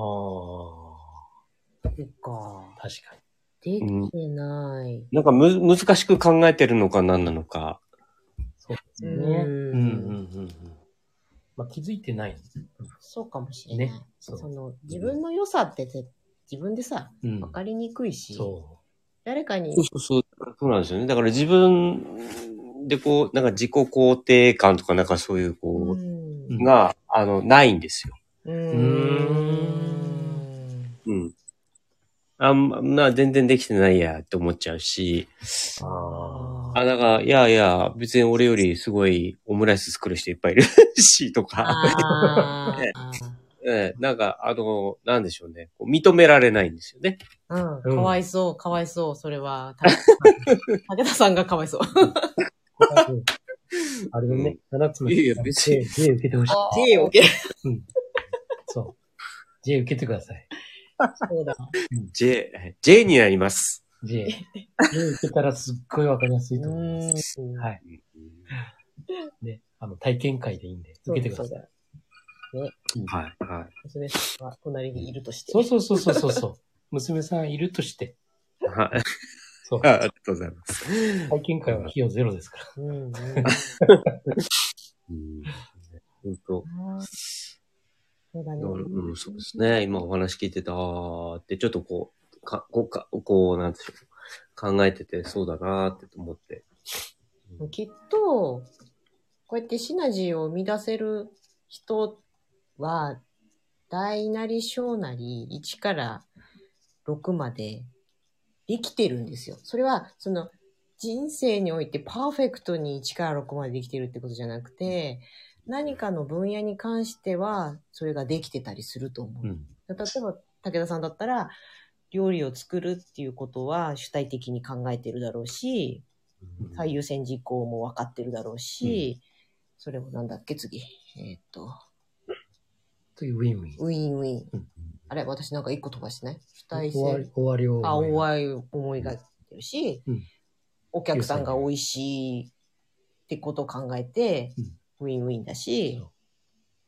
Speaker 2: あ
Speaker 1: そっか。
Speaker 2: ー。確か
Speaker 1: できてない。
Speaker 4: なんかむ、難しく考えてるのか何なのか。
Speaker 2: に。
Speaker 1: うん
Speaker 2: ね。うんうんうんうん。まあ気づいてない。
Speaker 1: そうかもしれない。
Speaker 2: ねそ
Speaker 1: そうの自分の良さってて自分でさ、
Speaker 2: うん。
Speaker 1: 分かりにくいし、
Speaker 2: そ
Speaker 1: 誰かに
Speaker 4: そう、そうそう。そうなんですよね。だから自分でこう、なんか自己肯定感とかなんかそういう
Speaker 1: う
Speaker 4: こ
Speaker 1: ん
Speaker 2: う
Speaker 4: う、が、あの、ないんですよ。
Speaker 1: うーん
Speaker 2: ん。
Speaker 4: うん。あんま、な、全然できてないやって思っちゃうし、
Speaker 2: あ
Speaker 4: あ、なんか、いやいや、別に俺よりすごいオムライス作る人いっぱいいるし、とか、
Speaker 1: あ
Speaker 4: ええなんか、あの、なんでしょうね。こう認められないんですよね。
Speaker 1: あ。 う。
Speaker 2: うんん
Speaker 1: かわいそう、かわいそう、それは。武田武田さんがかわいそう。
Speaker 2: あ。あれだね、7つの
Speaker 4: いやいや別に
Speaker 2: J 受けてほしい。
Speaker 1: J を受け
Speaker 2: そう。J 受けてください。
Speaker 1: そうだ。
Speaker 4: J、はい J になります。
Speaker 2: J。J 受けたらすっごいわかりやすいと思います。
Speaker 1: ん
Speaker 2: はいね、あの、体験会でいいんで、 受けてください。
Speaker 4: はい、はい。
Speaker 1: 娘さんが隣にいるとして。
Speaker 2: そうそうそうそうそうそう。娘さんいるとして、
Speaker 4: はい。
Speaker 2: そう。
Speaker 4: ああ
Speaker 2: 体
Speaker 4: りがとうございます。
Speaker 2: 験会は費用ゼロですから。
Speaker 1: うんうん。
Speaker 4: うん本当、
Speaker 1: そうだね。
Speaker 4: うん、そうですね。今お話聞いてたあーって、ちょっとこう、か、こう、かこう、なんでしょう。考えてて、そうだなーって思って。
Speaker 1: きっと、こうやってシナジーを生み出せる人は、大なり小なり1から6までできてるんですよ。それは、その、人生においてパーフェクトに1から6までできてるってことじゃなくて、何かの分野に関しては、それができてたりすると思う。
Speaker 4: うん。
Speaker 1: 例えば、武田さんだったら、料理を作るっていうことは主体的に考えてるだろうし、最優先事項も分かってるだろうし、それをなんだっけ、次。えーっと、
Speaker 2: というウィンウィン。
Speaker 1: ウィンウィン。
Speaker 2: うん
Speaker 1: あれ、私なんか一個飛ばしてない主体
Speaker 2: 終わり
Speaker 1: 性。、
Speaker 2: 終わりを。
Speaker 1: あ、おわい思いがってるし、
Speaker 2: うん
Speaker 1: お客さんが美味しいってことを考えて、ウィンウィンだし、
Speaker 2: そう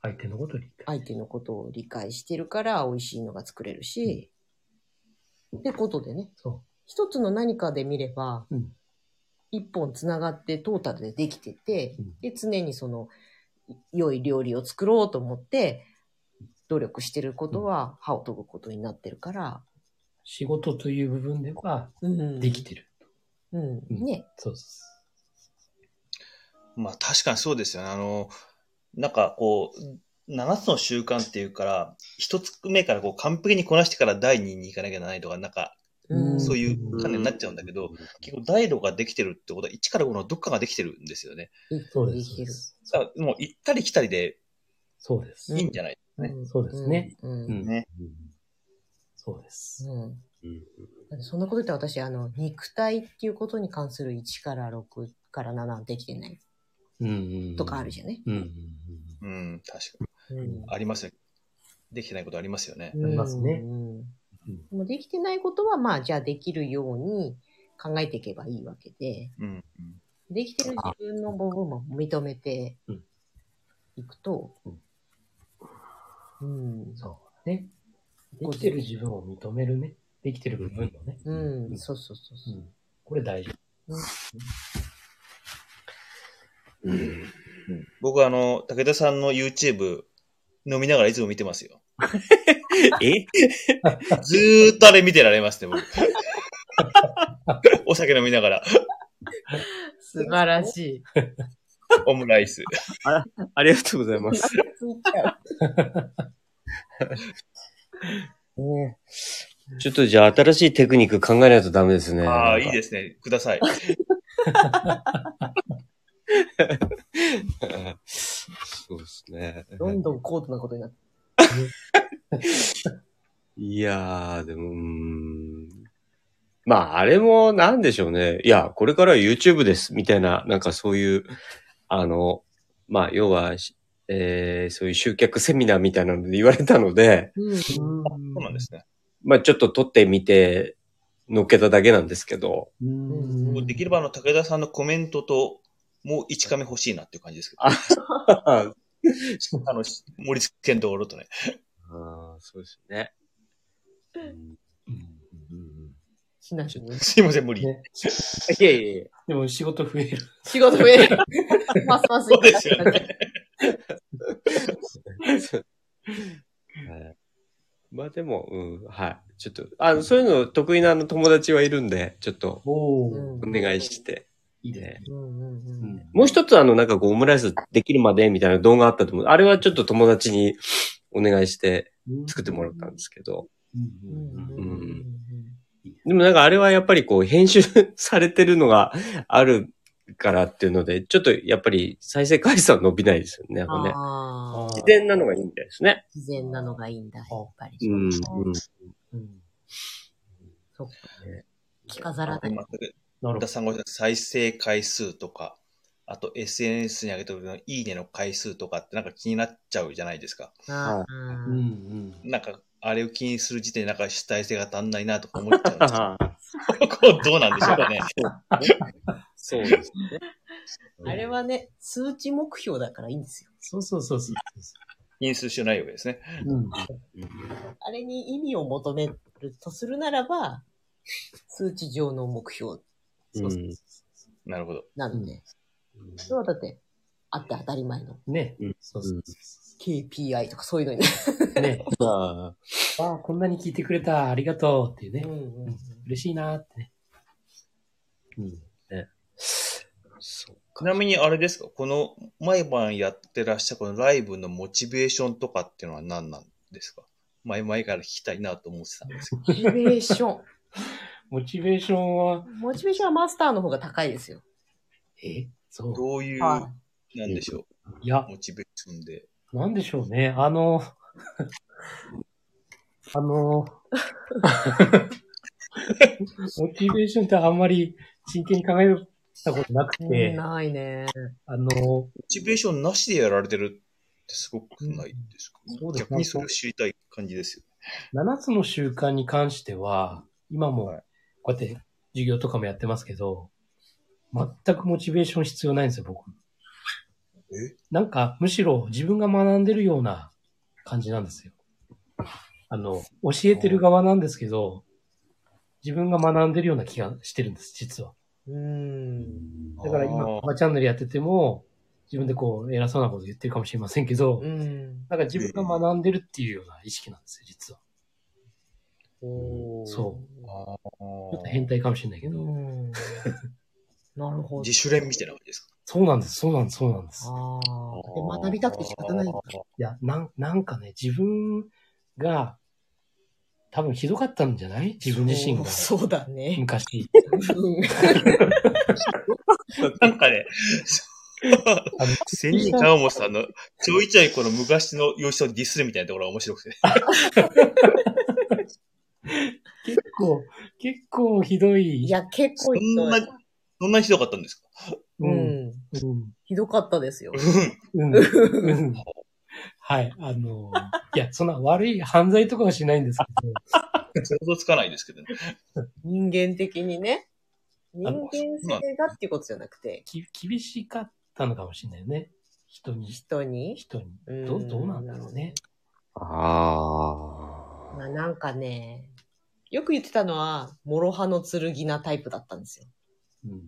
Speaker 2: 相手のことに。
Speaker 1: 相手のことを理解してるから美味しいのが作れるし、ってことでね、
Speaker 2: そ
Speaker 1: 一つの何かで見れば、
Speaker 2: うん
Speaker 1: 一本つながってトータルでできてて、
Speaker 2: うん
Speaker 1: で、常にその、い良い料理を作ろうと思って、努力してることは歯を研ぐことになってるから、
Speaker 2: う。仕事という部分では、
Speaker 1: うん
Speaker 2: できてる。
Speaker 1: うん、
Speaker 2: うん
Speaker 1: ね。
Speaker 2: そうです。
Speaker 5: まあ確かにそうですよね。あの、なんかこう、7つの習慣っていうから、一つ目からこう完璧にこなしてから第2に行かなきゃならないとか、なんか
Speaker 2: うん
Speaker 5: そういう観念になっちゃうんだけど、結構第6ができてるってことは、1から5のどっかができてるんですよね。
Speaker 1: できて
Speaker 2: そう
Speaker 1: る
Speaker 2: で。
Speaker 1: ですき
Speaker 2: そう
Speaker 1: て
Speaker 2: で
Speaker 1: る。
Speaker 2: す
Speaker 5: だからもう行ったり来たりで
Speaker 2: そうです。
Speaker 5: いいんじゃないね
Speaker 1: ん
Speaker 2: そうですね。
Speaker 1: うん。う。
Speaker 4: うんん
Speaker 5: ね。
Speaker 2: そうです。
Speaker 1: うん
Speaker 4: うん
Speaker 1: だってそんなこと言ったら私、あの、肉体っていうことに関する1から6から7はできてない
Speaker 4: うん
Speaker 1: とかあるじゃね。
Speaker 4: うん。うん
Speaker 5: うん、確か
Speaker 1: うん
Speaker 5: に。ありますよ。できてないことありますよね。
Speaker 2: りますね
Speaker 1: うん
Speaker 2: うん
Speaker 1: でもできてないことは、まあ、じゃあできるように考えていけばいいわけで、
Speaker 5: うん。
Speaker 1: できてる自分の部分も認めて
Speaker 2: うん
Speaker 1: いくと、うん、
Speaker 2: そう。ね。できてる自分を認めるね。できてる部分のね。
Speaker 1: うん、
Speaker 2: うん
Speaker 1: そうそうそう
Speaker 2: う
Speaker 1: そう。
Speaker 2: ん。これ大事。
Speaker 5: 僕はあの、武田さんの YouTube 飲みながらいつも見てますよ。
Speaker 4: え
Speaker 5: ずーっとあれ見てられますね、僕。お酒飲みながら、
Speaker 1: 素晴らしい。
Speaker 5: オムライス。
Speaker 4: ありがとうございます。ねちょっとじゃあ新しいテクニック考えないとダメですね。。
Speaker 5: ああ、いいですすね。ください。
Speaker 4: そうですね。
Speaker 1: どんどん高度なことになって。
Speaker 4: いやー、でも、うーん。まあ、あれも、なんでしょうね。いや、これからは YouTube です、みたいな、なんかそういう、あの、まあ、要は、しえー、そういう集客セミナーみたいなので言われたので、
Speaker 1: うん
Speaker 5: そうなんですね。
Speaker 4: まあ、ちょっと撮ってみて、乗っけただけなんですけど。
Speaker 2: う
Speaker 1: うん
Speaker 5: できればあの、武田さんのコメントと、もう1カメ欲しいなっていう感じですけど。
Speaker 4: ああ
Speaker 5: あの、盛り付けんところとね。
Speaker 4: ーそうですね。うん
Speaker 2: うん
Speaker 1: しなしに。
Speaker 5: すいません、無理。
Speaker 2: ね
Speaker 4: いやいやいや。
Speaker 2: でも仕事増える。
Speaker 1: 仕事増える。ますます
Speaker 5: そうですよね。
Speaker 4: はいまあでも、うん、はい。ちょっと、あの、そういうの得意なあの友達はいるんで、ちょっと
Speaker 2: お
Speaker 1: う
Speaker 2: ー
Speaker 1: ん
Speaker 4: お願いして。
Speaker 2: いいね。
Speaker 1: うんうんうん。
Speaker 4: もう一つあの、なんかこう、オムライスできるまでみたいな動画あったと思う。あれはちょっと友達にお願いして作ってもらったんですけど。
Speaker 2: うんうん
Speaker 1: うんうんうん
Speaker 4: でもなんかあれはやっぱりこう編集されてるのがあるからっていうので、ちょっとやっぱり再生回数は伸びないですよね。やっぱね
Speaker 1: ああ、
Speaker 4: 自然なのがいいみたいですね。
Speaker 1: 自然なのがいいんだ、やっぱり。
Speaker 4: うん。うん
Speaker 2: うん
Speaker 1: そっか。着飾らない。
Speaker 5: 全く
Speaker 2: なるほ
Speaker 5: 田
Speaker 2: ど。
Speaker 5: さんがおっしゃった再生回数とか、あと SNS に上げた時のいいねの回数とかってなんか気になっちゃうじゃないですか。
Speaker 1: ああ
Speaker 2: うんうん。
Speaker 5: なんか、あれを気にする時点でなんか主体性が足んないなとか思っちゃうんですけ
Speaker 4: ああ
Speaker 5: ど、こうどうなんでしょうかね。
Speaker 4: そうです。
Speaker 1: あれはね、数値目標だからいいんですよ。
Speaker 2: そうそうそうそう。
Speaker 5: 気にする必要ないわけですね。
Speaker 2: うん。
Speaker 1: あれに意味を求めるとするならば、数値上の目標
Speaker 4: うん。
Speaker 5: なるほど。
Speaker 1: なので、それはだって、あって当たり前の
Speaker 2: ね
Speaker 4: うん。
Speaker 2: そうそう
Speaker 1: KPI とかそういうのにね。
Speaker 2: ね。
Speaker 4: ああ
Speaker 2: ああ、こんなに聞いてくれた。ありがとうっていう
Speaker 1: うん
Speaker 2: ね。
Speaker 1: うんうん
Speaker 2: 嬉しいなーってね。うん。
Speaker 4: そう
Speaker 5: ちなみにあれですか、この毎晩やってらっしゃるこのライブのモチベーションとかっていうのは何なんですか前々から聞きたいなと思ってたんですけど。
Speaker 1: モチベーショ
Speaker 2: モチベーションは、
Speaker 1: ン。モチベーションはマスターの方が高いですよ。
Speaker 2: えそう。
Speaker 5: どういう、
Speaker 1: は
Speaker 5: なんでしょ
Speaker 2: いや
Speaker 5: う、、モチベーションで。
Speaker 2: なんでしょうね。あの、あの、モチベーションってあんまり真剣に考えたことなくて、
Speaker 1: ないね。
Speaker 2: あの、
Speaker 5: モチベーションなしでやられてるってすごくないですか、
Speaker 2: うんそうですね
Speaker 5: 逆にそれを知りたい感じですよ。
Speaker 2: 7つの習慣に関しては、今もこうやって授業とかもやってますけど、全くモチベーション必要ないんですよ、僕。
Speaker 5: え
Speaker 2: なんか、むしろ自分が学んでるような感じなんですよ。あの、教えてる側なんですけど、自分が学んでるような気がしてるんです、実は。
Speaker 1: うん。
Speaker 2: だから今、
Speaker 5: あ
Speaker 2: マ
Speaker 5: ー
Speaker 2: マチャンネルやってても、自分でこう、偉そうなこと言ってるかもしれませんけど、
Speaker 1: うん。
Speaker 2: なんか自分が学んでるっていうような意識なんですよ、実は。そ
Speaker 5: あー
Speaker 2: ちょっと変態かもしれないけど。
Speaker 1: ん。なるほど
Speaker 5: 自。主練みたいな感じですか
Speaker 2: そうなんです、そうなんです、そうなんです。
Speaker 1: ああ。学びたくて仕方ないんだ。
Speaker 2: いや、なん、なんかね、自分が、多分ひどかったんじゃない自分自身 が。
Speaker 1: そうそうだ ね。
Speaker 2: 昔。
Speaker 5: なんか ね、
Speaker 2: あの
Speaker 5: 千人川本さんの、ちょいちょいこの昔の様子をディスるみたいなところが面白くて。
Speaker 2: 結構、結構ひどい。
Speaker 1: いや、結
Speaker 5: そ
Speaker 1: 構
Speaker 5: ん
Speaker 1: ひど。、
Speaker 5: ないそんなひどかったんですか
Speaker 1: う
Speaker 2: うん。
Speaker 1: ん。
Speaker 2: うん。
Speaker 1: ひどかったですよ。
Speaker 2: うん。うん。はい。あの、いや、そんな悪い犯罪とかはしないんですけど、
Speaker 5: 想像つかないですけどね。
Speaker 1: 人間的にね。人
Speaker 2: あ
Speaker 1: 間性がっていうことじゃなくて、
Speaker 2: き厳しかったのかもしれないよね。人に、
Speaker 1: 人に。
Speaker 2: 人に。
Speaker 1: うん
Speaker 2: どう、どうなんだろうね。
Speaker 4: あ
Speaker 1: まあなんかね、よく言ってたのは、諸刃の剣なタイプだったんですよ。
Speaker 2: うん。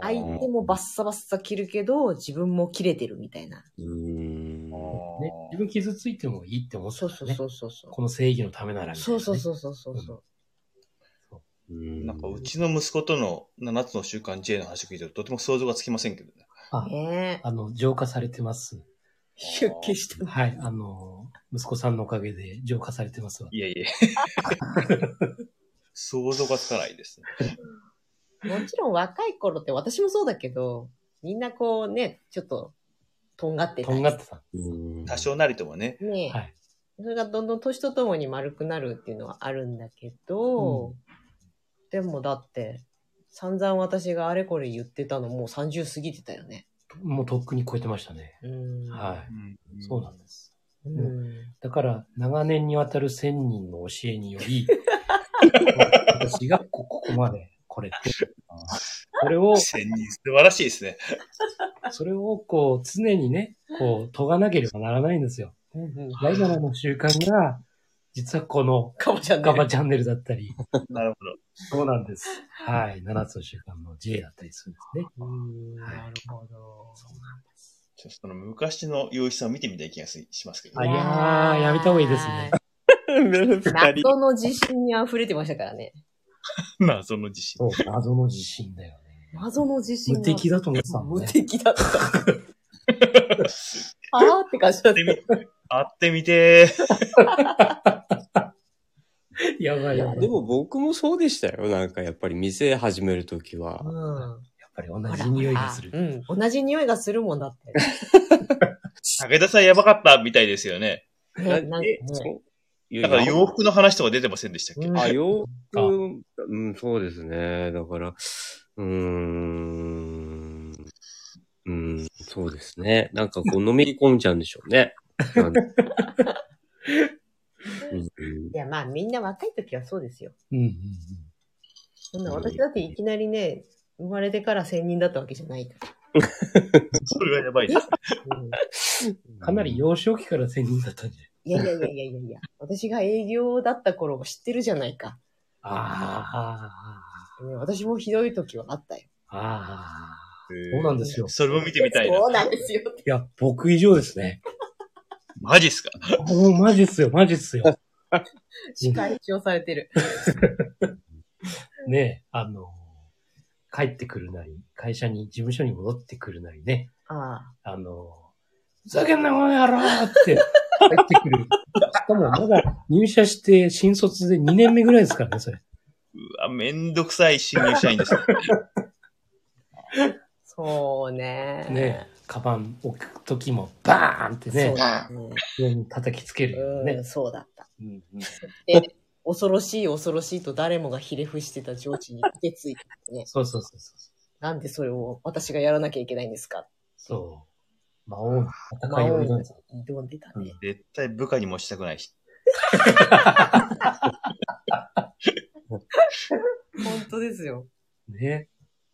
Speaker 1: 相手もバッサバッサ切るけど、自分も切れてるみたいな。
Speaker 4: ー。う
Speaker 2: ね、
Speaker 4: ん。
Speaker 2: 自分傷ついてもいいって思ってた
Speaker 1: そう
Speaker 2: んだね。
Speaker 1: そうそうそうそう。
Speaker 2: この正義のためならみたいなね、
Speaker 1: そうそうそうそうそうそう。
Speaker 5: なんか、うちの息子との7つの習慣 J の話を聞いてると、とても想像がつきませんけどね。
Speaker 2: あ、
Speaker 1: ねえ。
Speaker 2: あの、浄化されてます。
Speaker 1: 出家した。
Speaker 2: はい。あの、息子さんのおかげで浄化されてますわ。
Speaker 5: いやいや。想像がつかないですね。
Speaker 1: もちろん若い頃って私もそうだけど、みんなこうね、ちょっと、とんがってた
Speaker 2: とんがってた。
Speaker 4: うん
Speaker 5: 多少なりともね。
Speaker 1: ねえ、
Speaker 2: はい
Speaker 1: それがどんどん年とともに丸くなるっていうのはあるんだけど、
Speaker 2: う
Speaker 1: でもだって、散々私があれこれ言ってたのもう30過ぎてたよね。
Speaker 2: もうとっくに超えてましたね。
Speaker 1: うん。
Speaker 2: は
Speaker 5: うん
Speaker 2: い。そうなんです。
Speaker 1: い。
Speaker 2: んだから、長年にわたる千人の教えによ り、私がこここまで、これって。それを、
Speaker 5: 千人、素晴らしいですね。
Speaker 2: それをこう、常にね、こう、研がなければならないんですよ。第7の習慣が、実はこの、
Speaker 1: かもちゃんね
Speaker 2: ガ。バチャンネルだったり、
Speaker 5: なるほど。
Speaker 2: そうなんです。はい。7つの習慣の J だったりするんですね。
Speaker 1: うん
Speaker 2: はい
Speaker 1: なるほど。
Speaker 5: ちょっとその昔の洋一さんを見てみたい気がしますけど、
Speaker 2: あいやーやめた方がいいですね。
Speaker 4: 二人。
Speaker 1: 謎の自信に溢れてましたからね。
Speaker 5: まあ、その自信。
Speaker 2: そう、謎の自信だよね。
Speaker 1: 謎の自信が。
Speaker 2: 無敵だと思ってたもん
Speaker 1: 無
Speaker 2: ね。
Speaker 1: 敵だった。あーって感じだっ
Speaker 5: 会ってみ、会ってみてー。
Speaker 2: やばい
Speaker 4: い
Speaker 2: やば
Speaker 4: や
Speaker 2: い。
Speaker 4: でも僕もそうでしたよ。なんかやっぱり店始めるときは
Speaker 1: た。。うん。
Speaker 2: やっぱり同じ匂いがする
Speaker 1: ほ。らうん。同じ匂いがするもんだって。
Speaker 5: 武田さんやばかったみたいですよね。
Speaker 1: ね、なんか
Speaker 4: え
Speaker 1: ね。
Speaker 4: そういや
Speaker 5: だから
Speaker 4: いや
Speaker 5: 洋服の話とか出てませんでしたっけ、
Speaker 1: うん
Speaker 4: あ、洋服、うん、そうですね。だから、うーん、うん、そうですね。なんかこう、のめり込んじゃうんでしょうね。なんかうん
Speaker 1: いや、まあみんな若い時はそうですよ。
Speaker 2: うんうんうん
Speaker 1: そんな私だっていきなりね、生まれてから専人だったわけじゃないか
Speaker 5: それはやばいです。
Speaker 1: ら。うん
Speaker 2: かなり幼少期から専任だったんじ
Speaker 1: いやいやいやいやいやいや、 私が営業だった頃を知ってるじゃないか。
Speaker 2: ゃ
Speaker 1: う
Speaker 2: ないあ
Speaker 1: ん私もひどい時はあったよ。
Speaker 2: あ、ああ。そう
Speaker 5: そ
Speaker 2: なんですよ。
Speaker 5: それも見てみたいな。
Speaker 1: そうなんですよ。
Speaker 2: いや、僕以上ですね。
Speaker 5: マジっすか
Speaker 2: もうマジっすよ、マジっすよ。
Speaker 1: 司会一応されてる。
Speaker 2: ねえ、あの、帰ってくるなり、会社に、事務所に戻ってくるなりね、
Speaker 1: あ
Speaker 2: あの、ふざけんなこの野郎って帰ってくる。しかもまだ入社して新卒で2年目ぐらいですからね、それ。
Speaker 5: うわ、めんどくさい新入社員ですね。
Speaker 1: あ、そうね。
Speaker 2: ねえ、カバン置く時もバーンって
Speaker 1: そ
Speaker 2: ね
Speaker 1: う、だね。
Speaker 2: 上に叩きつけるような
Speaker 1: う
Speaker 2: ね
Speaker 1: ん、。そうだった。
Speaker 2: うんうん
Speaker 1: で、恐ろしい恐ろしいと誰もがひれ伏してた上司に受け継いでね。
Speaker 2: そうそうそうそう。
Speaker 1: なんでそれを私がやらなきゃいけないんですか
Speaker 2: そう。魔王の戦い
Speaker 1: 魔
Speaker 2: を
Speaker 1: 王
Speaker 2: 挑ん
Speaker 1: に
Speaker 2: だ
Speaker 1: 挑んでたね。
Speaker 5: 絶対部下にもしたくないし。
Speaker 1: 本当ですよ。
Speaker 2: ね。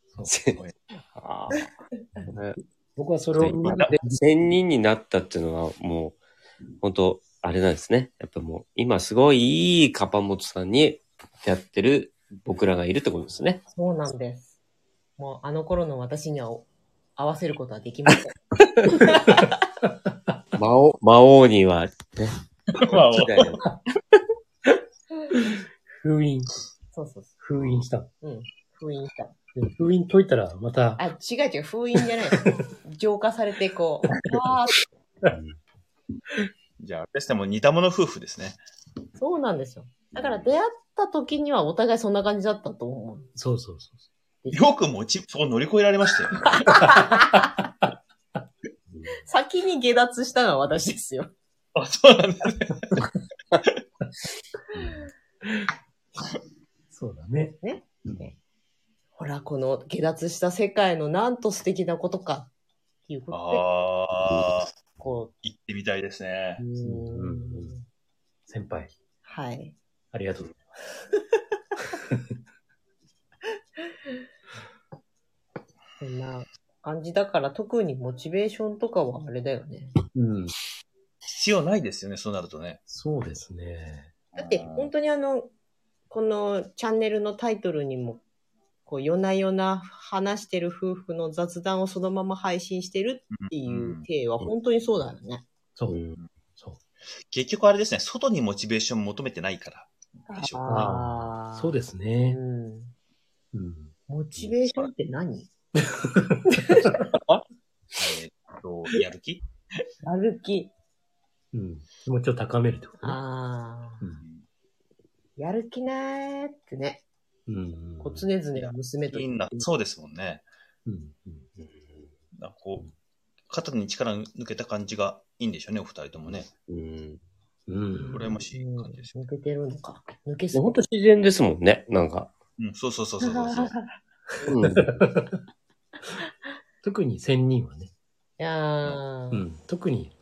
Speaker 2: そう
Speaker 4: あーね
Speaker 2: 僕はそれを見ながら、
Speaker 4: で千人になったっていうのはもう、本当あれなんですね。やっぱもう、今すごいいいカパモトさんにやってる僕らがいるってことですね。
Speaker 1: そうなんです。もうあの頃の私にはお合わせることはできません。
Speaker 4: 魔王、魔王には、ね。
Speaker 5: まあ、
Speaker 2: 封印、
Speaker 1: そうそうそ
Speaker 2: 封印したの。
Speaker 1: う。うん。封印した。
Speaker 2: で封印解いたら、また、
Speaker 1: あ、違う違う、封印じゃない。浄化されてこう。ああ、
Speaker 5: じゃあ、私でも似た者夫婦ですね。
Speaker 1: そうなんですよ。だから出会った時にはお互いそんな感じだったと思う。
Speaker 2: そうそうそう。
Speaker 5: よくもち、そこ乗り越えられましたよ、ね。
Speaker 1: 先に下脱したのは私ですよ。
Speaker 5: あ、そうなんですね。
Speaker 2: そうだね。
Speaker 1: ほら、この下脱した世界のなんと素敵なことか。っていうことで、
Speaker 5: ああ、
Speaker 1: こ
Speaker 5: 行ってみたいですね
Speaker 1: う。。うーん
Speaker 2: 先輩、
Speaker 1: はい。
Speaker 2: ありがとうござい
Speaker 1: こんな感じだから特にモチベーションとかはあれだよね。
Speaker 2: ます。うん。
Speaker 5: 必要ないですよね、そうなるとね。
Speaker 2: そうですね。
Speaker 1: だって本当にあの、このチャンネルのタイトルにも、こう、夜な夜な話してる夫婦の雑談をそのまま配信してるっていう体は本当にそうだよね。
Speaker 2: そう。
Speaker 4: うん
Speaker 2: そ
Speaker 5: 結局あれですね、外にモチベーション求めてないから。でしょうか
Speaker 1: あ
Speaker 2: う。
Speaker 1: ー
Speaker 2: そうです
Speaker 1: う
Speaker 2: ね。
Speaker 1: ん。
Speaker 2: うん。
Speaker 1: モチベーションって何
Speaker 5: えーっと、やる気
Speaker 1: やる気。
Speaker 2: うん。気持ちを高めるってことね。
Speaker 1: ああ。
Speaker 2: うん
Speaker 1: やる気ねーってね。
Speaker 2: うん。
Speaker 1: こう常々娘と
Speaker 5: みんな、そうですもんね。
Speaker 2: うん。うん
Speaker 5: なんかこう、肩に力抜けた感じがいいんでしょうね、お二人ともね。
Speaker 4: うん
Speaker 2: うん。
Speaker 5: 羨ましい感じですよ。
Speaker 1: 抜けてるのか。抜け
Speaker 4: で
Speaker 1: そう
Speaker 4: 本。当自然ですもんね、なんか。
Speaker 5: うん、そうそうそうそうそうそう。
Speaker 4: うん、
Speaker 2: 特に仙人はね。
Speaker 1: いやー、
Speaker 2: うん。特に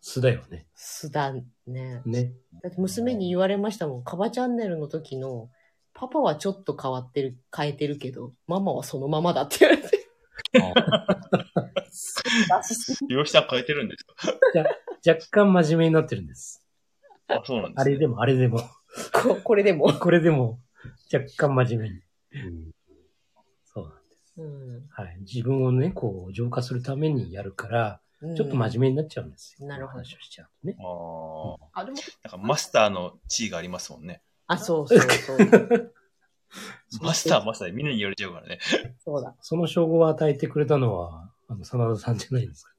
Speaker 2: 素だよね。
Speaker 1: すだね。
Speaker 2: ね。
Speaker 1: だって娘に言われましたもん。カバチャンネルの時の、パパはちょっと変わってる、変えてるけど、ママはそのままだって言われて。
Speaker 5: 美容師さん変えてるんですか
Speaker 2: 若干真面目になってるんです。
Speaker 5: あ、そうなんです、ね。
Speaker 2: あれでも、あれでも、
Speaker 1: ここれでも。
Speaker 2: これでも、若干真面目に。そうなんです。
Speaker 1: うん
Speaker 2: はい。自分をね、こう、浄化するためにやるから、
Speaker 1: うん
Speaker 2: ちょっと真面目になっちゃうんですよ。
Speaker 1: なるほど
Speaker 2: 話をしちゃうとね。
Speaker 5: ああ。
Speaker 1: あ、でも。
Speaker 5: なんかマスターの地位がありますもんね。
Speaker 1: あ、そうそうそう。
Speaker 5: マスター、マスター、みんなに言われちゃうからね。
Speaker 1: そうだ。
Speaker 2: その称号を与えてくれたのは、あの、真田さんじゃな いですか。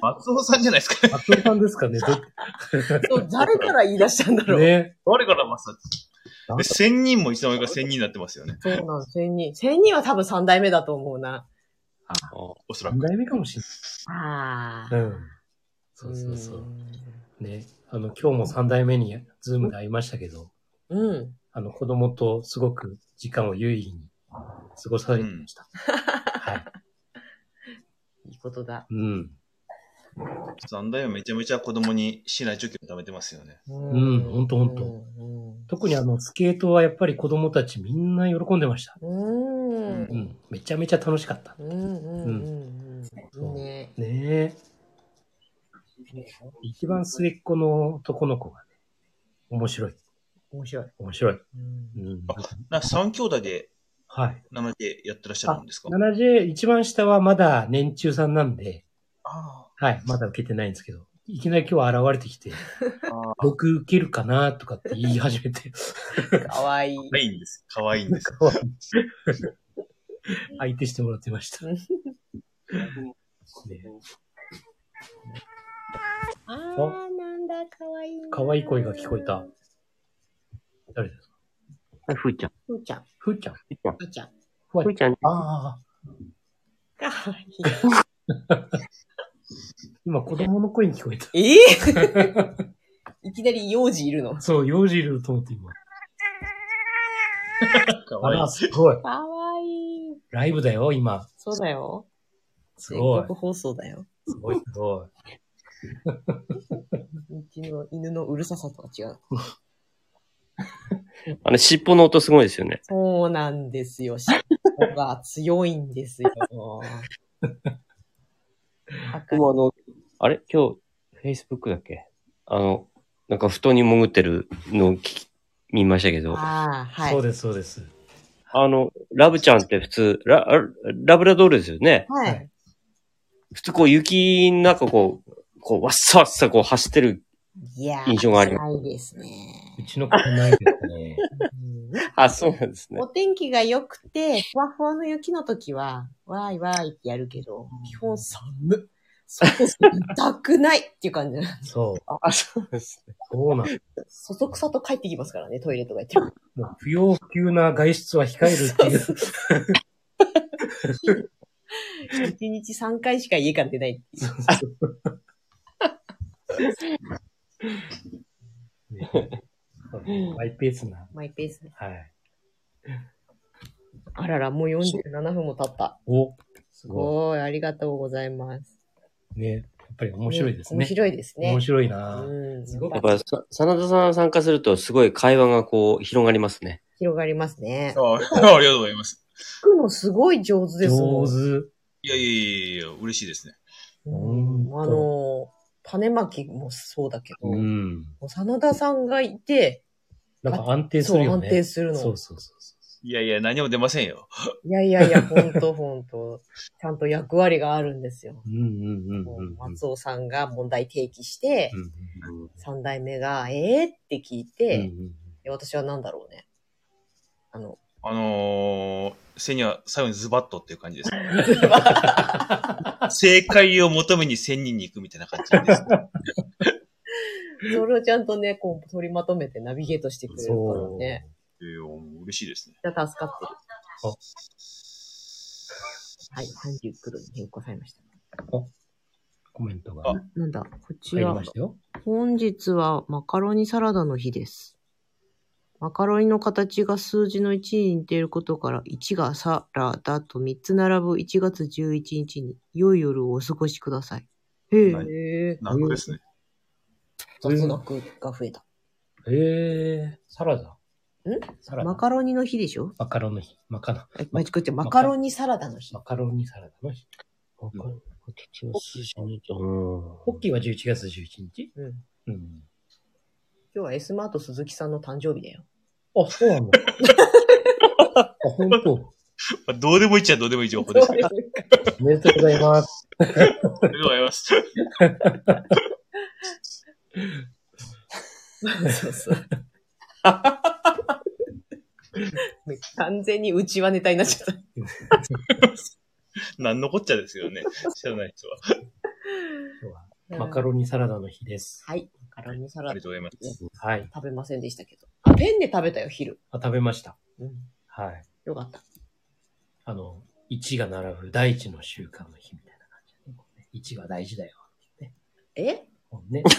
Speaker 5: 松尾さんじゃないですか。
Speaker 2: 松尾さんですか ね。
Speaker 1: そう誰から言い出したんだ
Speaker 2: ど
Speaker 1: ろう。
Speaker 2: ね。
Speaker 5: 誰から松
Speaker 2: な
Speaker 5: 尾
Speaker 2: ん
Speaker 5: で、
Speaker 2: だ
Speaker 5: 千人もいつの間にか千人になってますよね。
Speaker 1: そうなん、千人。千人は多分三代目だと思うな。
Speaker 5: おそら
Speaker 2: 何
Speaker 5: く。
Speaker 2: 代目かもしれ
Speaker 1: あ
Speaker 2: ない。
Speaker 1: あ。
Speaker 2: うん。そうそうそう。
Speaker 1: ん。
Speaker 2: ね。あの、今日も三代目にズームで会いましたけど、
Speaker 1: うん。
Speaker 2: あの、子供とすごく時間を有意義に過ごされてました。はい。
Speaker 1: いいことだ。
Speaker 2: うん。
Speaker 5: 三代目めちゃめちゃ子供に市内除去貯めてますよね。
Speaker 1: う
Speaker 2: うんほんとほんと
Speaker 1: うん
Speaker 2: 特にあの、スケートはやっぱり子供たちみんな喜んでました。
Speaker 1: うん。う。
Speaker 2: うんん。めちゃめちゃ楽しかった。
Speaker 1: うん。うん。
Speaker 2: う
Speaker 1: うん。いいね。
Speaker 2: ねえ。一番末っ子の男の子がね、面白い。
Speaker 1: 面白い。
Speaker 2: 面白い。
Speaker 1: うん
Speaker 2: うん。
Speaker 5: なんか三兄弟で
Speaker 2: はい。
Speaker 5: 7でやってらっしゃるんですか
Speaker 2: 7J、一番下はまだ年中さんなんで、
Speaker 5: あ
Speaker 2: はい、まだ受けてないんですけど、いきなり今日現れてきて、
Speaker 5: あ。ああ。
Speaker 2: 僕受けるかなとかって言い始めて、
Speaker 1: かわいい。
Speaker 5: 可愛いんです。可愛いんです。
Speaker 2: 相手してもらってました。
Speaker 1: うん
Speaker 2: ね
Speaker 1: あー、なんだ、かわいいな。
Speaker 2: 可愛い声が聞こえた。誰ですか
Speaker 6: はい、ふーちゃん。
Speaker 1: ふーちゃん。
Speaker 2: ふーちゃん。
Speaker 6: ふーちゃん。
Speaker 1: ふーちゃん。
Speaker 2: ふわ
Speaker 6: ふーちゃん。
Speaker 2: ああ、
Speaker 1: かわいい。
Speaker 2: 今子供の声に聞こえた。
Speaker 1: ええ いきなり幼児いるの。
Speaker 2: そう、幼児いると思って今。
Speaker 5: 可
Speaker 2: あ
Speaker 5: 愛い
Speaker 2: ら、。すごい。
Speaker 1: かわいい。
Speaker 2: ライブだよ、今。
Speaker 1: そうだよ。
Speaker 2: すごい
Speaker 1: 全。国放送だよ。
Speaker 2: すごい、すごい。
Speaker 1: うちの犬のうるささとは違う。
Speaker 6: あの、尻尾の音すごいですよね。
Speaker 1: そうなんですよ。尻尾が強いんです よ。赤い
Speaker 6: もうあの、あれ今日、Facebook だっけあの、なんか布団に潜ってるのを聞き、見ましたけど、あ
Speaker 1: ああ、はい。
Speaker 2: そうです、そうです。
Speaker 6: の、ラブちゃんって普通、ラ、ラブラドールですよね。
Speaker 1: はい。
Speaker 6: 普通こう雪の中こう、こう、わっさわっさこう走ってる。
Speaker 1: いやー、
Speaker 6: 印象があり
Speaker 1: ないですね。
Speaker 2: うちの子もないですね。
Speaker 1: うん
Speaker 6: あ、そうなんですね
Speaker 1: お。天気が良くて、ふわふわの雪の時は、わーいわーいってやるけど、基本寒っ。外痛くないっていう感 じ。
Speaker 2: そう。
Speaker 6: あ、そうなんですね。
Speaker 2: そうなん
Speaker 1: そそくさと帰ってきますからね、トイレとか行っ ても。
Speaker 2: もう不要不急な外出は控えるっていう。
Speaker 1: 1日3回しか家から出ないっていう。
Speaker 2: ねマイペースな。
Speaker 1: マイペースで。
Speaker 2: はい。
Speaker 1: あらら、もう47分も経った。
Speaker 2: お、す
Speaker 1: す
Speaker 2: ご
Speaker 1: ごい、ありがとうございます。
Speaker 2: い。ね。やっぱり面白いですね。
Speaker 1: 面白いですね。
Speaker 2: 面白いな
Speaker 1: うん。
Speaker 2: すごい
Speaker 6: や
Speaker 1: や
Speaker 6: っぱ、
Speaker 1: っぱ
Speaker 6: さ真田さん参加するとすごい会話がこう、広がりますね。
Speaker 1: 広がりますね。
Speaker 5: ああ、ありがとうございます。
Speaker 1: 聞くのすごい上手ですもん。
Speaker 2: 上手。
Speaker 5: いやいやいやいや、嬉しいですね。
Speaker 1: うん
Speaker 2: ほんと
Speaker 1: あの、種まきもそうだけど、
Speaker 2: うん。
Speaker 1: 真田さんがいて、
Speaker 2: なんか安定するよね。
Speaker 1: そう安定するの
Speaker 2: そうそうそうそ
Speaker 5: いやいや、何も出ませんよ。
Speaker 1: いやいやいや、ほんとほんと、ちゃんと役割があるんですよ。
Speaker 2: う。うんうんうん
Speaker 1: も
Speaker 2: うんう。
Speaker 1: うん松尾さんが問題提起して
Speaker 2: う、ん
Speaker 1: 三代目が、えーって聞い
Speaker 2: うんう
Speaker 1: て、
Speaker 2: ん
Speaker 1: で私はなんだろうね。あの、
Speaker 5: あのー、セニア、最後にズバッとっていう感じ です。正解を求めに千人に行くみたいな感じです。
Speaker 1: それをちゃんとね、こう取りまとめてナビゲートしてくれるから
Speaker 2: そう。
Speaker 1: ね。
Speaker 5: えー嬉しいですね。
Speaker 1: じゃあ助かってる。
Speaker 2: あ
Speaker 1: はい、30黒に変更されました。
Speaker 2: コメントが
Speaker 5: あ
Speaker 2: 入
Speaker 1: なんだ、こち
Speaker 2: り
Speaker 1: ら
Speaker 2: ま。したよ。
Speaker 1: 本日はマカロニサラダの日です。マカロニの形が数字の1に似ていることから、1がサラダと3つ並ぶ1月11日に、良い夜をお過ごしください。へえ、
Speaker 5: はい
Speaker 1: ー。
Speaker 5: なんかですね。
Speaker 1: 雑学が増えた。
Speaker 2: へえ、サラダ。サラダ。
Speaker 1: マカロニの日でしょ
Speaker 2: マカロンの日。マカロン。
Speaker 1: あ間違っちゃうマカロニサラダの日。
Speaker 2: マカロンにサラダの日。
Speaker 6: 形の数字にと。
Speaker 2: ホッキーは11月11日
Speaker 1: うん。
Speaker 2: うん。
Speaker 1: 今日はエスマート鈴木さんの誕生日だよ。
Speaker 2: あ、そうなの あ、本当。
Speaker 5: まあどうでもいいっちゃどうでもいい情報ですけ ど。あ
Speaker 2: おめでとうございます。
Speaker 5: りがとうございます。
Speaker 1: そうそう。完全にうちはネタになっちゃった。
Speaker 5: なんのこっちゃですよね。知らない人は。
Speaker 2: 今日は マカロニサラダの日です。
Speaker 1: はい。マカロニサ
Speaker 5: あ
Speaker 1: ラ
Speaker 5: り
Speaker 1: ダ
Speaker 5: がとうございます。
Speaker 2: はい。
Speaker 1: 食べませんでしたけど。あ、ペンで食べたよ、昼。
Speaker 2: あ食べました。
Speaker 1: うん。
Speaker 2: はい。
Speaker 1: よかった。
Speaker 2: あの、1が並ぶ第一の習慣の日みたいな感じで、ね。1が大事だよ。
Speaker 1: え
Speaker 2: もうね。1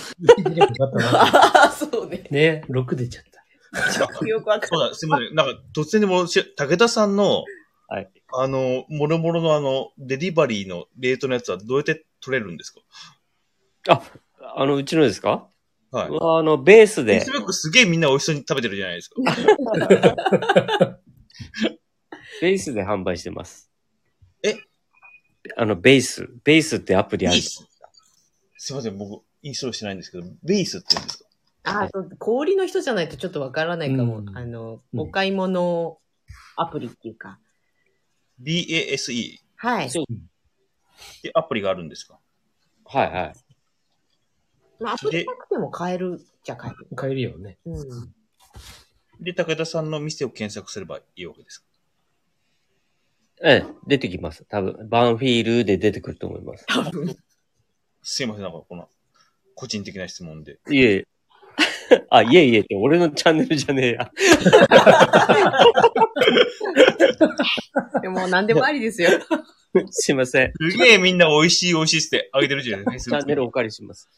Speaker 2: 出ればよかったなって
Speaker 1: ああ、そうね。
Speaker 2: ね、6出ちゃった。
Speaker 1: よくわか
Speaker 5: そうだ、すみません。なんか、突然でも、し武田さんの、
Speaker 4: はい
Speaker 5: あの、もろもろのあの、デリバリーのレートのやつはどうやって取れるんですか
Speaker 4: あの、うちのですか
Speaker 5: はい。
Speaker 4: あの、ベースで
Speaker 5: Facebook すげえみんな美味しそうに食べてるじゃないですか。
Speaker 4: ベースで販売してます。
Speaker 5: え
Speaker 4: あの、ベース。ベースってアプリ
Speaker 5: ベ
Speaker 4: ある
Speaker 5: ー。ス。すみません、僕、インストールしてないんですけど、ベースって言うんですか
Speaker 1: ああ、そう、氷の人じゃないとちょっとわからないかも。
Speaker 2: うん
Speaker 1: あの、
Speaker 2: うん
Speaker 1: お買い物アプリっていうか。
Speaker 5: ?BASE
Speaker 1: はい。
Speaker 4: そう
Speaker 5: ってアプリがあるんですか
Speaker 4: はいはい。
Speaker 1: まあ、アプリなくても買えるじゃ買える。
Speaker 2: 買えるよね。
Speaker 1: うん。
Speaker 5: で、武田さんの店を検索すればいいわけですか
Speaker 4: ええ、出てきます。多分、バンフィールで出てくると思います。
Speaker 1: 多分。
Speaker 5: すいません、なんかこの、個人的な質問で。
Speaker 4: いえいえ。あ、いえいえって、俺のチャンネルじゃねえや。
Speaker 1: でも、なんでもありですよ。
Speaker 4: すいません。
Speaker 5: すげえみんな美味しい美味しいってあげてるじゃないです
Speaker 4: チ
Speaker 5: か。
Speaker 4: ャンネルお借りします。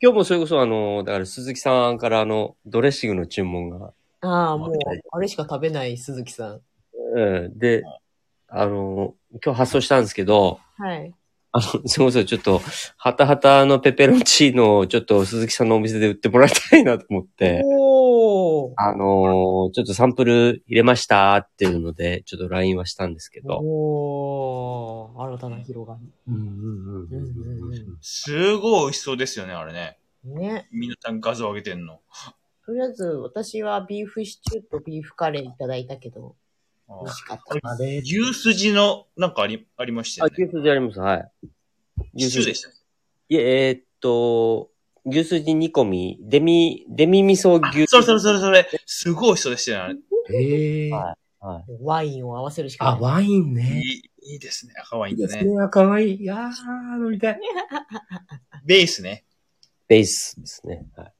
Speaker 4: 今日もそれこそ、あの、だから鈴木さんからあの、ドレッシングの注文が、
Speaker 1: ああ、もう、あれしか食べない鈴木さん。
Speaker 4: うん、で、あの、今日発送したんですけど、
Speaker 1: はい。
Speaker 4: あの、それこそちょっと、ハタハタのペペロンチーノをちょっと鈴木さんのお店で売ってもらいたいなと思って、
Speaker 1: おー。
Speaker 4: あのーちょっとサンプル入れましたっていうので、ちょっと LINE はしたんですけど、
Speaker 1: おー。新たな広が
Speaker 2: うんうんうんうんうんうん。
Speaker 5: すごい美味しそうですよね、あれね。
Speaker 1: り。ね。
Speaker 5: みんな画像上げてんの。
Speaker 1: とりあえず、私はビーフシチューとビーフカレーいただいたけど、
Speaker 5: あ
Speaker 1: 美味しかっ
Speaker 2: あれ、
Speaker 5: 牛すじの、なんかあり、ありました
Speaker 4: あ、
Speaker 5: よ
Speaker 4: 牛
Speaker 5: ね。
Speaker 4: すじあります、はい。。
Speaker 5: シチューでしたたね。
Speaker 4: いえ、えーっと、牛すじ煮込み、デミ、デミ味噌牛
Speaker 5: それそれそれそれ、すごい美味しそうでしたよね。
Speaker 2: えー、
Speaker 4: はい
Speaker 1: た。ワインを合わせるしか
Speaker 2: あ、
Speaker 1: ない。
Speaker 2: ワイン
Speaker 5: い
Speaker 2: ね。
Speaker 5: い、いいですね。赤ワイ
Speaker 2: いい
Speaker 5: ン
Speaker 2: で
Speaker 5: ですね。
Speaker 2: ね。あ、かわいい。いやー、飲みたい。
Speaker 5: ベースね。
Speaker 4: ベースですね。はい。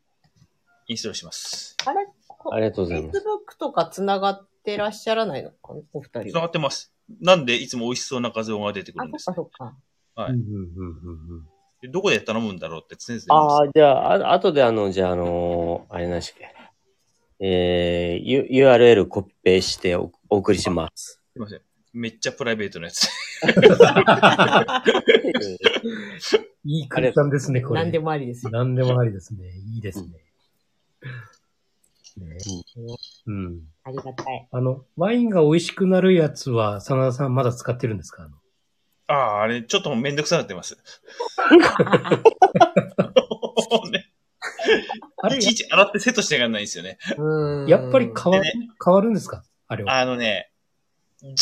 Speaker 5: インストールします。
Speaker 1: あれこ
Speaker 4: ありがとうございます。
Speaker 1: Facebook とか繋がってらっしゃらないのかなお二
Speaker 5: 繋
Speaker 1: 人は。
Speaker 5: がってます。なんでいつも美味しそうな画像が出てく
Speaker 1: あ、
Speaker 5: る
Speaker 1: そ
Speaker 5: ん
Speaker 1: っ
Speaker 5: です
Speaker 1: かそっか。
Speaker 5: はい
Speaker 2: うんうんうんうんうん
Speaker 5: でどこで頼むんだろうって常々思い
Speaker 4: ああ、
Speaker 5: ます
Speaker 4: じゃあ、あ後であの、じゃあ、あのーあれなんでしたっけ。えー、U- URL コピペしておお送りします。
Speaker 5: すいません。めっちゃプライベートなやつ。
Speaker 2: いい空間ですね、これ。
Speaker 1: 何でもありですよ。
Speaker 2: 何でもありですね。いいですね。ねうん。
Speaker 1: ありがた い。
Speaker 2: あの、ワインが美味しくなるやつは、真田さんまだ使ってるんですかあの
Speaker 5: ああ、あれ、ちょっともうめんどくさくなってます。 ね
Speaker 2: あれ
Speaker 5: いちいち洗ってセットしてやがんないんですよね。
Speaker 1: うん
Speaker 2: やっぱり変わ
Speaker 5: でね
Speaker 2: 変わるんですかあれは。
Speaker 5: あのね、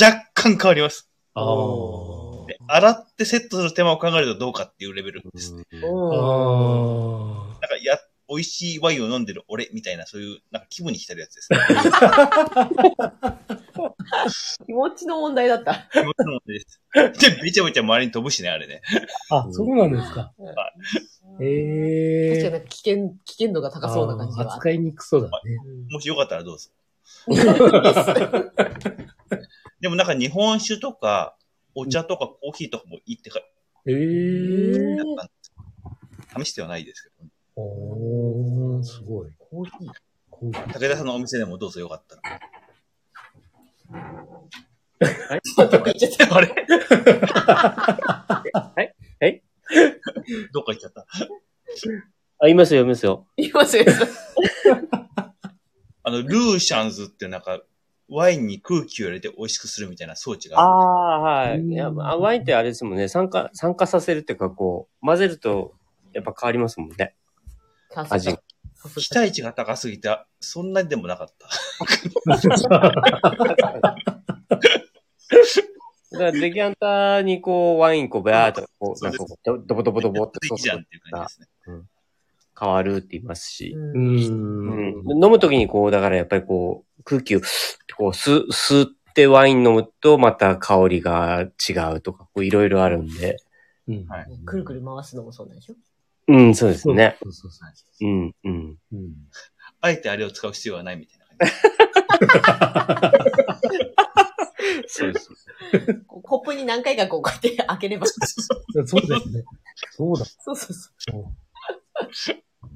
Speaker 5: 若干変わります。
Speaker 2: あー
Speaker 5: で洗ってセットする手間を考えるとどうかっていうレベルです。
Speaker 1: うん
Speaker 2: あ
Speaker 5: なんか、や、美味しいワインを飲んでる俺みたいな、そういう、なんか気分に浸るやつですね。
Speaker 1: 気持ちの問題だった。
Speaker 5: 気持ちの問題です。で、べちゃべちゃ周りに飛ぶしね、あれね。
Speaker 2: ー。あ、そうなんですか。え
Speaker 1: 確かに
Speaker 2: え。
Speaker 1: 危険、危険度が高そうな感じ
Speaker 2: あ
Speaker 1: は
Speaker 2: ー
Speaker 1: あっ
Speaker 2: 扱いにくそうだね。
Speaker 5: もしよかったらどうぞ。
Speaker 1: た。
Speaker 5: でもなんか日本酒とか、お茶とかコーヒーとかもいいってか、
Speaker 2: ええ
Speaker 1: うん
Speaker 5: だったんですよ試してはないですけど。
Speaker 2: おー、すごい。
Speaker 1: コーヒー
Speaker 2: コーヒー
Speaker 5: 武田さんのお店でもどうぞよかったら。あれ
Speaker 4: はいはい
Speaker 5: どっか行っちゃった。
Speaker 4: あ、いますよ、いますよ。
Speaker 1: 言いますよ。
Speaker 5: あの、ルーシャンズってなんか、ワインに空気を入れて美味しくするみたいな装置が
Speaker 4: あ
Speaker 5: あ
Speaker 4: あ、
Speaker 5: る。
Speaker 4: は
Speaker 2: う
Speaker 4: い。
Speaker 2: ん
Speaker 4: いや、まあワインってあれですもんね。酸化、酸化させるっていうか、こう、混ぜると、やっぱ変わりますもんね。味
Speaker 1: さ
Speaker 5: 期
Speaker 1: すが
Speaker 5: 待値が高すぎて、そんなにでもなかった。
Speaker 4: だから、デキャンターにこう、ワインこう、バーっと、こう、
Speaker 5: そ
Speaker 4: な
Speaker 5: う
Speaker 4: ん
Speaker 5: で
Speaker 4: か
Speaker 5: す
Speaker 4: こう、ドドボドボドボって、
Speaker 5: いいじゃんっていう感じですね。
Speaker 4: 変わるって言いますし。
Speaker 2: うー
Speaker 1: うん
Speaker 2: ん。
Speaker 4: うん、飲むときにこう、だからやっぱりこう、空気を、こう、吸う、吸うってワイン飲むとまた香りが違うとか、こういろいろあるんで。
Speaker 2: うん。
Speaker 5: はい
Speaker 1: ねくるくる回すのもそうなんでしょ
Speaker 4: うん、そうですね。
Speaker 2: そうそうそうう。
Speaker 4: ん、うん。
Speaker 2: うん。
Speaker 5: あえてあれを使う必要はないみたいな感じ。
Speaker 4: そうそう。
Speaker 1: こうコップに何回かこうこうやって開ければ。そう
Speaker 2: そうですね。そうだ。
Speaker 1: そうそ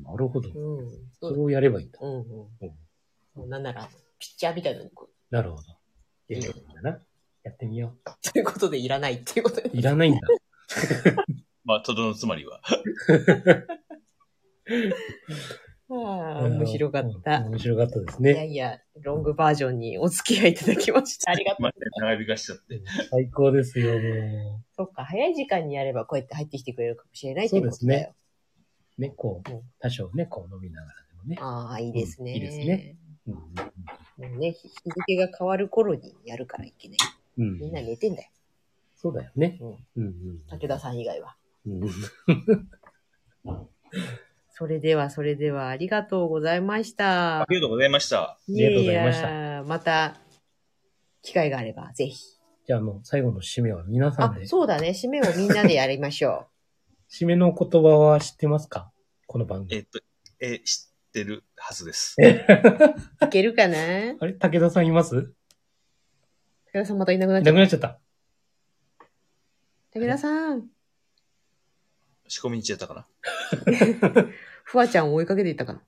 Speaker 2: なるほど。
Speaker 1: う。うん。そ
Speaker 2: そうれをやればいいんだ。
Speaker 1: うんうん。もうなんなら、ピッチャーみたいなのにこう。
Speaker 2: なるほど。やればいいんだな。やってみよ
Speaker 1: ということでいらないっていうことで
Speaker 2: う。。いらないんだ。
Speaker 5: まあ、とどのつまりは。
Speaker 1: ああ、面白かった。
Speaker 2: 面白かったです
Speaker 1: いや
Speaker 2: ね。
Speaker 1: いや、ロングバージョンにお付き合いいただきま した。ありがとう。
Speaker 5: まあ、長引かしちゃって。
Speaker 2: 最高ですよ、も
Speaker 1: そっか、早い時間にやればこうやって入ってきてくれるかもしれないっていうことだよ。
Speaker 2: う。ね、こう
Speaker 1: うん、
Speaker 2: 多少ね、こう飲みながらでもね。
Speaker 1: ああ、いいですね。
Speaker 2: うんいいですね。うん
Speaker 1: もうね、日付が変わる頃にやるからいけない。
Speaker 2: うん
Speaker 1: みんな寝てんだよ。
Speaker 2: そうだよね。
Speaker 1: うん
Speaker 2: うんうん。
Speaker 1: 武田さん以外は。
Speaker 2: うんうん
Speaker 1: それでは、それでは、ありがとうございました。
Speaker 5: ありがとうございました。
Speaker 2: りがとうございました
Speaker 1: ややまた、機会があれば、ぜひ。
Speaker 2: じゃあ、あの、最後の締めは皆さん
Speaker 1: あ
Speaker 2: で、。
Speaker 1: そうだね。締めをみんなでやりましょ
Speaker 2: 締めの言葉は知ってますかこの番組。
Speaker 5: えっと、え、知ってるはずです。
Speaker 1: う。 いけるかな
Speaker 2: あれ武田さんいます
Speaker 1: 武田さんまたいなくなっ
Speaker 2: い
Speaker 1: ちゃ
Speaker 2: な
Speaker 1: っ
Speaker 2: くなっちゃった。
Speaker 1: た。武田さん、
Speaker 5: 仕込みにちゃったかな。
Speaker 1: ふわちゃんを追いかけていったかな。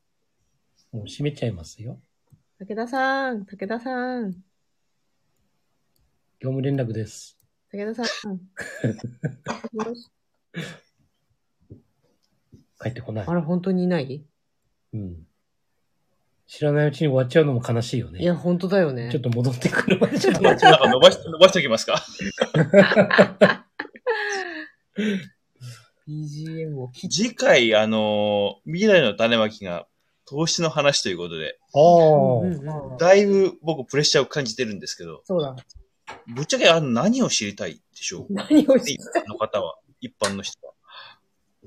Speaker 2: もう締めちゃいますよ。
Speaker 1: 武田さん、武田さん、
Speaker 2: 業務連絡です。
Speaker 1: 武田さん。よし
Speaker 2: 帰ってこない
Speaker 1: あ。ら、本当にいない
Speaker 2: うん。知らないうちに終わっちゃうのも悲しいよね。
Speaker 1: いや、本当だよね。
Speaker 2: ちょっと戻ってくるまでちょっと
Speaker 5: なん
Speaker 2: 待って
Speaker 5: か伸ばし、 伸ばしておきますか。
Speaker 1: BGM を切っ
Speaker 5: 次回、あのー未来の種まきが投資の話ということで、
Speaker 2: あ
Speaker 1: うん
Speaker 2: あ。
Speaker 1: うんうん
Speaker 5: だいぶ僕プレッシャーを感じてるんですけど、
Speaker 1: そうだ。
Speaker 5: ぶっちゃけあの何を知りたいでし ょう
Speaker 1: 何をし
Speaker 5: 一般の方は、一般の人は。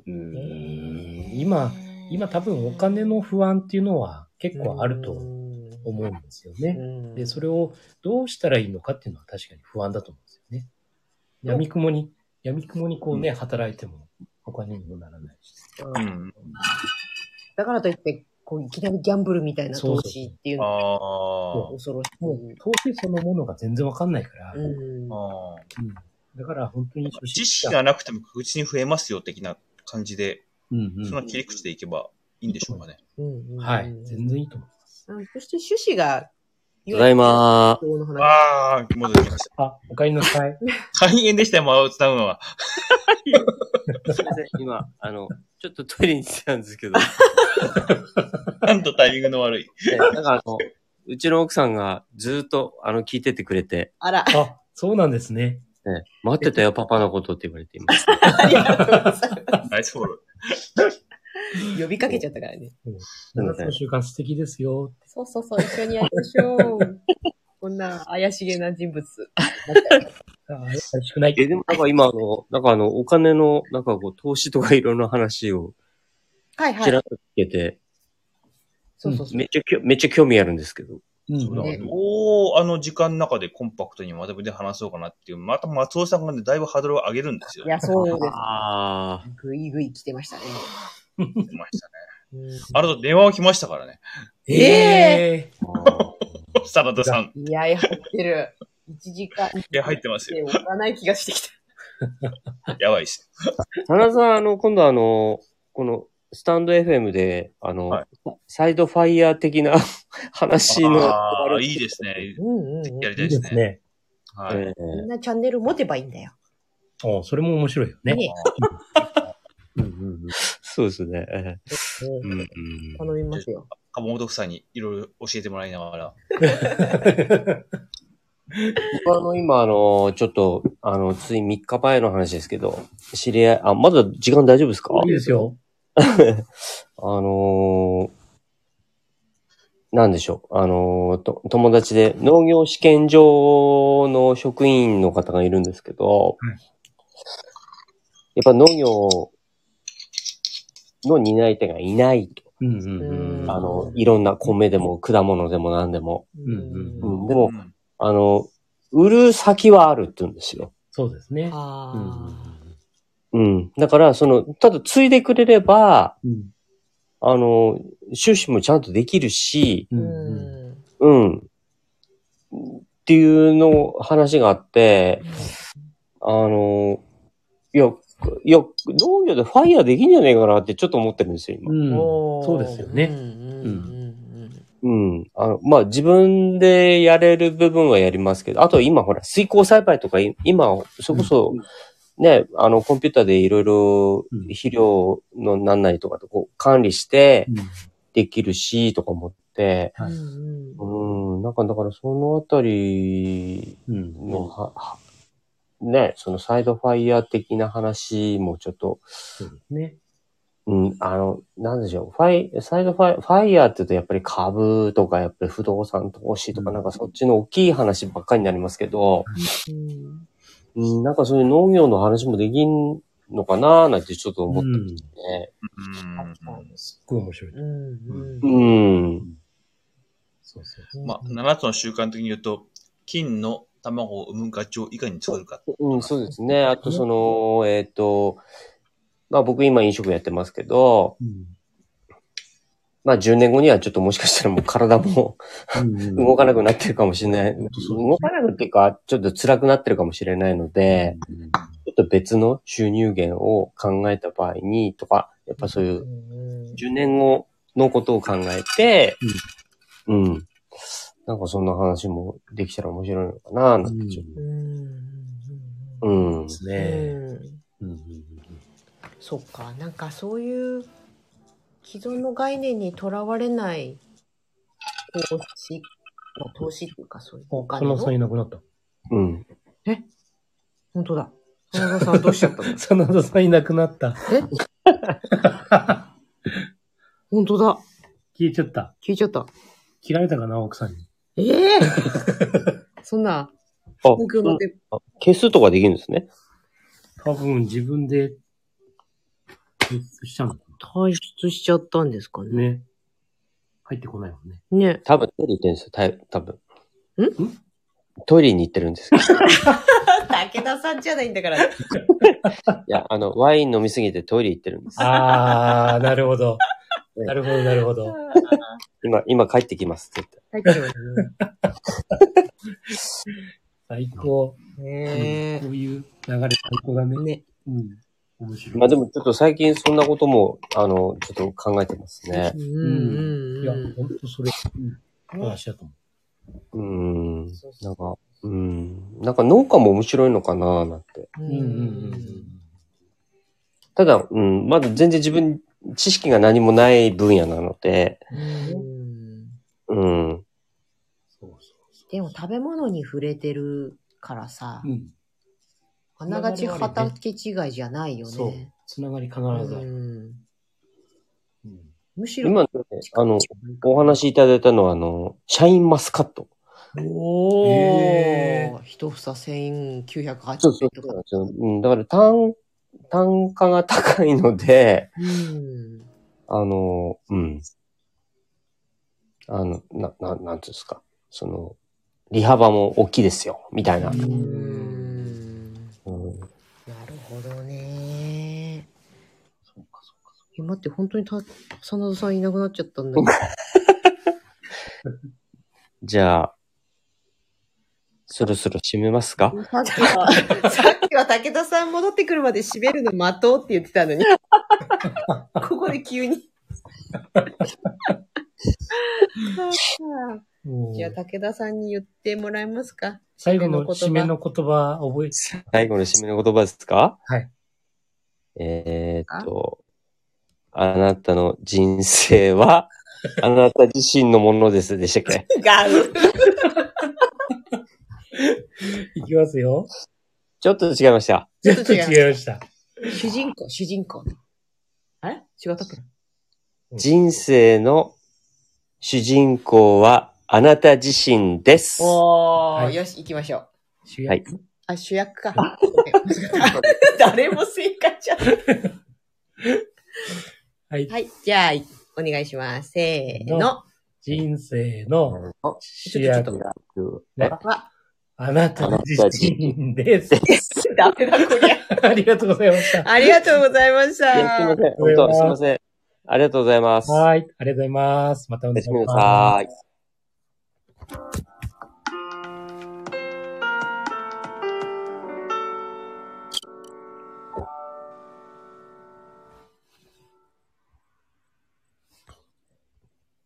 Speaker 2: 今、今多分お金の不安っていうのは結構あると思うんですよね。で、そ
Speaker 1: れ
Speaker 2: れをどうしたらいいのかっていうのは確かに不安だと思うんですよね。闇雲に、闇雲にこうね、働いてもお金にもならないし。
Speaker 5: うん。
Speaker 1: だからといって、こういきなりギャンブルみたいな
Speaker 2: そうそ
Speaker 1: 投
Speaker 2: う
Speaker 1: 資っていうのは
Speaker 5: あー
Speaker 1: 恐ろし
Speaker 2: も
Speaker 1: い。
Speaker 2: う投資そのものが全然わかんないから、うん
Speaker 1: うん
Speaker 5: あ
Speaker 2: だから本当に
Speaker 5: ー。
Speaker 2: 初
Speaker 5: 知
Speaker 2: 心
Speaker 5: 識
Speaker 2: 者
Speaker 5: がなくても確実に増えますよ、的な感じで、
Speaker 2: うん
Speaker 5: そ
Speaker 2: うん
Speaker 5: の切り口でいけばいいんでしょうかね。
Speaker 1: うんうん
Speaker 2: はい、全然いいと思
Speaker 1: う
Speaker 2: う。
Speaker 1: んそして趣旨が、
Speaker 4: ただいま
Speaker 1: 今日の話
Speaker 5: ああ、戻ってきまし
Speaker 2: あ、おかえりなさい。
Speaker 5: た。大変でしたよ、間をつなぐのは。
Speaker 4: ー。すいません、今、あの、ちょっとトイレに来てたんですけ ど、
Speaker 5: なんとタイミングの悪い。
Speaker 4: でなんかあの、うちの奥さんがずっと、あの、聞いててくれて、
Speaker 1: あら、
Speaker 2: あ、そうなんですね。
Speaker 4: ね待ってたよ、パパのことって言われています。
Speaker 1: ありがとうございます。
Speaker 5: ナイスフォロー。
Speaker 1: 呼びかけちゃったからね。
Speaker 2: 7つの習慣素敵ですよ。
Speaker 1: そうそうそう、一緒にやりましょう。こんな怪しげな人物。
Speaker 2: あ、怪しくない。
Speaker 4: え、でもなんか今、あの、なんかあの、お金の、なんかこう、投資とかいろんな話を
Speaker 1: はいは
Speaker 4: ちら
Speaker 1: い
Speaker 4: っ。と聞けて、
Speaker 1: そうそうそう。
Speaker 4: めっちゃきょ、めっちゃ興味あるんですけど。
Speaker 2: うん
Speaker 1: ね
Speaker 5: おーあの時間の中でコンパクトにまとめて話そうかなっていう、また松尾さんがね、だいぶハードルを上げるんですよ。
Speaker 1: いや、そうです。
Speaker 4: ああ。
Speaker 1: ぐいぐい来てましたね。
Speaker 5: 言ってましたね。あれと電話を来ましたからね。
Speaker 1: え
Speaker 2: え
Speaker 5: サラダさん。
Speaker 1: いや、入ってる。1時間。い
Speaker 5: いや、入ってますよ。
Speaker 1: 置かない気がしてきた。
Speaker 5: やばいっす。
Speaker 4: 田中 さん、あの、今度あの、この、スタンド FM で、あの、
Speaker 5: は
Speaker 4: サイドファイヤー的な 話の、
Speaker 5: あーいいですね。
Speaker 1: うんうん、
Speaker 5: やりた
Speaker 2: いい
Speaker 5: いで
Speaker 2: ですす
Speaker 5: ね。
Speaker 2: ね。
Speaker 5: は
Speaker 4: え
Speaker 5: い。
Speaker 4: え
Speaker 1: みんなチャンネル持てばいいんだよ。
Speaker 2: おそれも面白いよね。
Speaker 1: ね
Speaker 2: うんうんうん
Speaker 4: そうですね。ええうんうん
Speaker 1: 頼みますよ。
Speaker 5: カモさんにいろいろ教えてもらいながら。
Speaker 4: 僕はあの、今、あの、ちょっと、あの、つい3日前の話ですけど、知り合い、あ、まだ時間大丈夫ですか
Speaker 2: いいですよ。
Speaker 4: あのーなんでしょう。あのーと、友達で農業試験場の職員の方がいるんですけど、
Speaker 2: うん
Speaker 4: やっぱ農業の担い手がいないと。
Speaker 2: うんうんうん。
Speaker 4: あの、いろんな米でも果物でも何でも。
Speaker 2: んうん
Speaker 4: うんでも、あの、売る先はあるって言うんですよ。
Speaker 2: そうですね。
Speaker 1: ああ、
Speaker 4: うん。だから、その、ただ、継いでくれれば、
Speaker 2: うん。
Speaker 4: あの、収支もちゃんとできるし、
Speaker 2: う。
Speaker 1: うんん。
Speaker 4: うん。っていうの、話があって、あの、いや、いや、農業でファイヤーできんじゃねえかなってちょっと思ってるんですよ、今。
Speaker 2: うん。
Speaker 1: おー
Speaker 2: そうですよね
Speaker 1: うんうんうん
Speaker 4: うん。あの、まあ、自分でやれる部分はやりますけど、あと今ほら、水耕栽培とか、い今、それこそ、ね、あの、コンピューターでいろいろ
Speaker 2: うん
Speaker 4: 肥料のなんなりとかとこう管理して
Speaker 2: うん
Speaker 4: できるし、とか思って、
Speaker 1: う
Speaker 2: はい
Speaker 1: ん。
Speaker 4: うん、なんかだからそのあたり
Speaker 2: うん。
Speaker 4: の、ははね、そのサイドファイヤー的な話もちょっと、
Speaker 2: そうですね。
Speaker 4: うん、あの、なんでしょう、ファイ、サイドファイ、ファイヤーって言うとやっぱり株とか、やっぱり不動産投資とか、
Speaker 2: うん
Speaker 4: なんかそっちの大きい話ばっかりになりますけど、
Speaker 1: うん
Speaker 4: うん、なんかそういう農業の話もできんのかなーなんてちょっと思
Speaker 2: う
Speaker 4: って
Speaker 2: ん。す
Speaker 4: ね。
Speaker 5: うん
Speaker 2: っごい面白い。
Speaker 1: うん
Speaker 4: う
Speaker 1: うん
Speaker 4: ん。
Speaker 2: そうそう。
Speaker 5: まあ、7つの習慣的に言うと、金の卵を産むガチをいかに作るか。
Speaker 4: うん、そうですね。あとその、えっ、と、まあ僕今飲食やってますけど、
Speaker 2: う
Speaker 4: まあ10年後にはちょっともしかしたらもう体も
Speaker 2: ん。
Speaker 4: 動かなくなってるかもしれない。動かなくっていうか、ちょっと辛くなってるかもしれないので、ちょっと別の収入源を考えた場合にとか、やっぱそういう10年後のことを考えて、うん。なんかそんな話もできたら面白いのかな、なんてちょっ
Speaker 1: うん
Speaker 4: と。うん。
Speaker 2: です
Speaker 1: う
Speaker 2: ね。
Speaker 1: ん
Speaker 2: うん。
Speaker 1: そっかなんかそういう既存の概念にとらわれない投資、まあ、投資っていうかそういうお
Speaker 2: カ
Speaker 1: 金
Speaker 2: ノ
Speaker 1: の
Speaker 2: さんいなくなった。
Speaker 4: うん。
Speaker 1: 本当だ真田さんどうしちゃ ったの
Speaker 2: 真田さんいなくなった。
Speaker 1: え本当だ
Speaker 2: 消えちゃった。
Speaker 1: 消えちゃった
Speaker 2: 切られたかな、奥さんに。
Speaker 1: ええ そんな
Speaker 4: あ、
Speaker 1: 東京のて
Speaker 4: 消すとかできるんですね。
Speaker 2: 多分自分で、消失したのか
Speaker 1: 退出しちゃったんですか
Speaker 2: な。
Speaker 1: ね
Speaker 2: ね。入ってこないもんね。
Speaker 1: ね
Speaker 4: 多分トイレ行ってるんですよ、た多分。トイレに行ってるんですけど。い
Speaker 1: 武田さんじゃないんだから
Speaker 4: や、あの、ワイン飲みすぎてトイレ行ってるんです。
Speaker 2: あー、なるほ ど。なるほど、なるほ ど。
Speaker 4: 今、今帰ってきますって
Speaker 1: 入ってます
Speaker 2: 最高。
Speaker 1: ね
Speaker 2: こういう流れ最高だね
Speaker 1: え。。ね。
Speaker 2: うん。面白い。
Speaker 4: まあでもちょっと最近そんなことも、あの、ちょっと考えてますね
Speaker 1: う。ん
Speaker 2: いや、ほんとそれ、うん、話だと思
Speaker 4: うん。なんか、うん。なんか農家も面白いのかななんて。
Speaker 1: う
Speaker 2: う。
Speaker 1: ん
Speaker 4: ただ、うん、まだ全然自分、知識が何もない分野なので、
Speaker 1: うん
Speaker 4: うん。
Speaker 2: そうそうそ
Speaker 1: でも食べ物に触れてるからさ
Speaker 2: う。、うん。
Speaker 1: あながち畑違いじゃないよ
Speaker 2: そう
Speaker 1: ね。。
Speaker 2: つながり必ずあ
Speaker 1: う
Speaker 2: る。
Speaker 1: ん
Speaker 2: うん
Speaker 1: むしろ、
Speaker 4: 今ね、あの、お話いただいたのは、あの、シャインマスカット。
Speaker 1: お
Speaker 2: へ
Speaker 1: ー、一房1980円とか。
Speaker 4: そうそうそうなんですよ。うん、だから単、単価が高いので、
Speaker 1: うん
Speaker 4: あの、うん。あの、な、ななんていうんですか。その、利幅も大きいですよ、みたいな。
Speaker 1: う
Speaker 2: うん
Speaker 1: ん
Speaker 4: うん、
Speaker 1: なるほどね。
Speaker 2: そうか、そうか。
Speaker 1: え待って、本当にた、真田さんいなくなっちゃったんだけど。
Speaker 4: じゃあ、そろそろ締めますか
Speaker 1: さっきは、さっきは武田さん戻ってくるまで締めるの待とうって言ってたの に。ここで急に。
Speaker 2: もう
Speaker 1: じゃあ武田さんに言ってもらえますか
Speaker 2: 最後の
Speaker 1: 締め
Speaker 2: 締め
Speaker 1: の
Speaker 2: の言葉覚えて。
Speaker 4: 最後の締めの言葉ですか
Speaker 2: はい。
Speaker 4: えーっと、あなたの人生は、あなた自身のものですでしたっけ
Speaker 1: 違う。
Speaker 2: いきますよ。
Speaker 4: ちょっと違いました。
Speaker 1: ちょ
Speaker 2: ちょ
Speaker 1: っ
Speaker 2: っ
Speaker 1: と
Speaker 2: と
Speaker 1: 違う
Speaker 2: 違いました。
Speaker 1: 主人公、主人公。あれ違ったっけ
Speaker 4: 人生の主人公はあなた自身です。
Speaker 1: おー、
Speaker 2: はい
Speaker 1: よし、行きましょう。
Speaker 2: 主
Speaker 4: はい
Speaker 2: 役。
Speaker 1: あ、主役 か。誰も正解じゃない。
Speaker 2: はい。
Speaker 1: はい、じゃあ、いお願いします。せーの。
Speaker 2: 人生の主
Speaker 1: ちょっと
Speaker 2: 役
Speaker 4: 楽
Speaker 2: ね
Speaker 1: わ、
Speaker 2: あなた自身です。
Speaker 1: ダメだこりゃ。
Speaker 2: ありがとうござい ました。
Speaker 1: ありがとうございまし
Speaker 4: いやすいま
Speaker 1: た。
Speaker 4: せん。本当すいません。ありがとうございます。
Speaker 2: はい。ありがとうございます。またお
Speaker 4: お
Speaker 2: 願
Speaker 4: や
Speaker 2: い
Speaker 4: す
Speaker 2: し
Speaker 4: みな
Speaker 2: ます
Speaker 4: さ。い。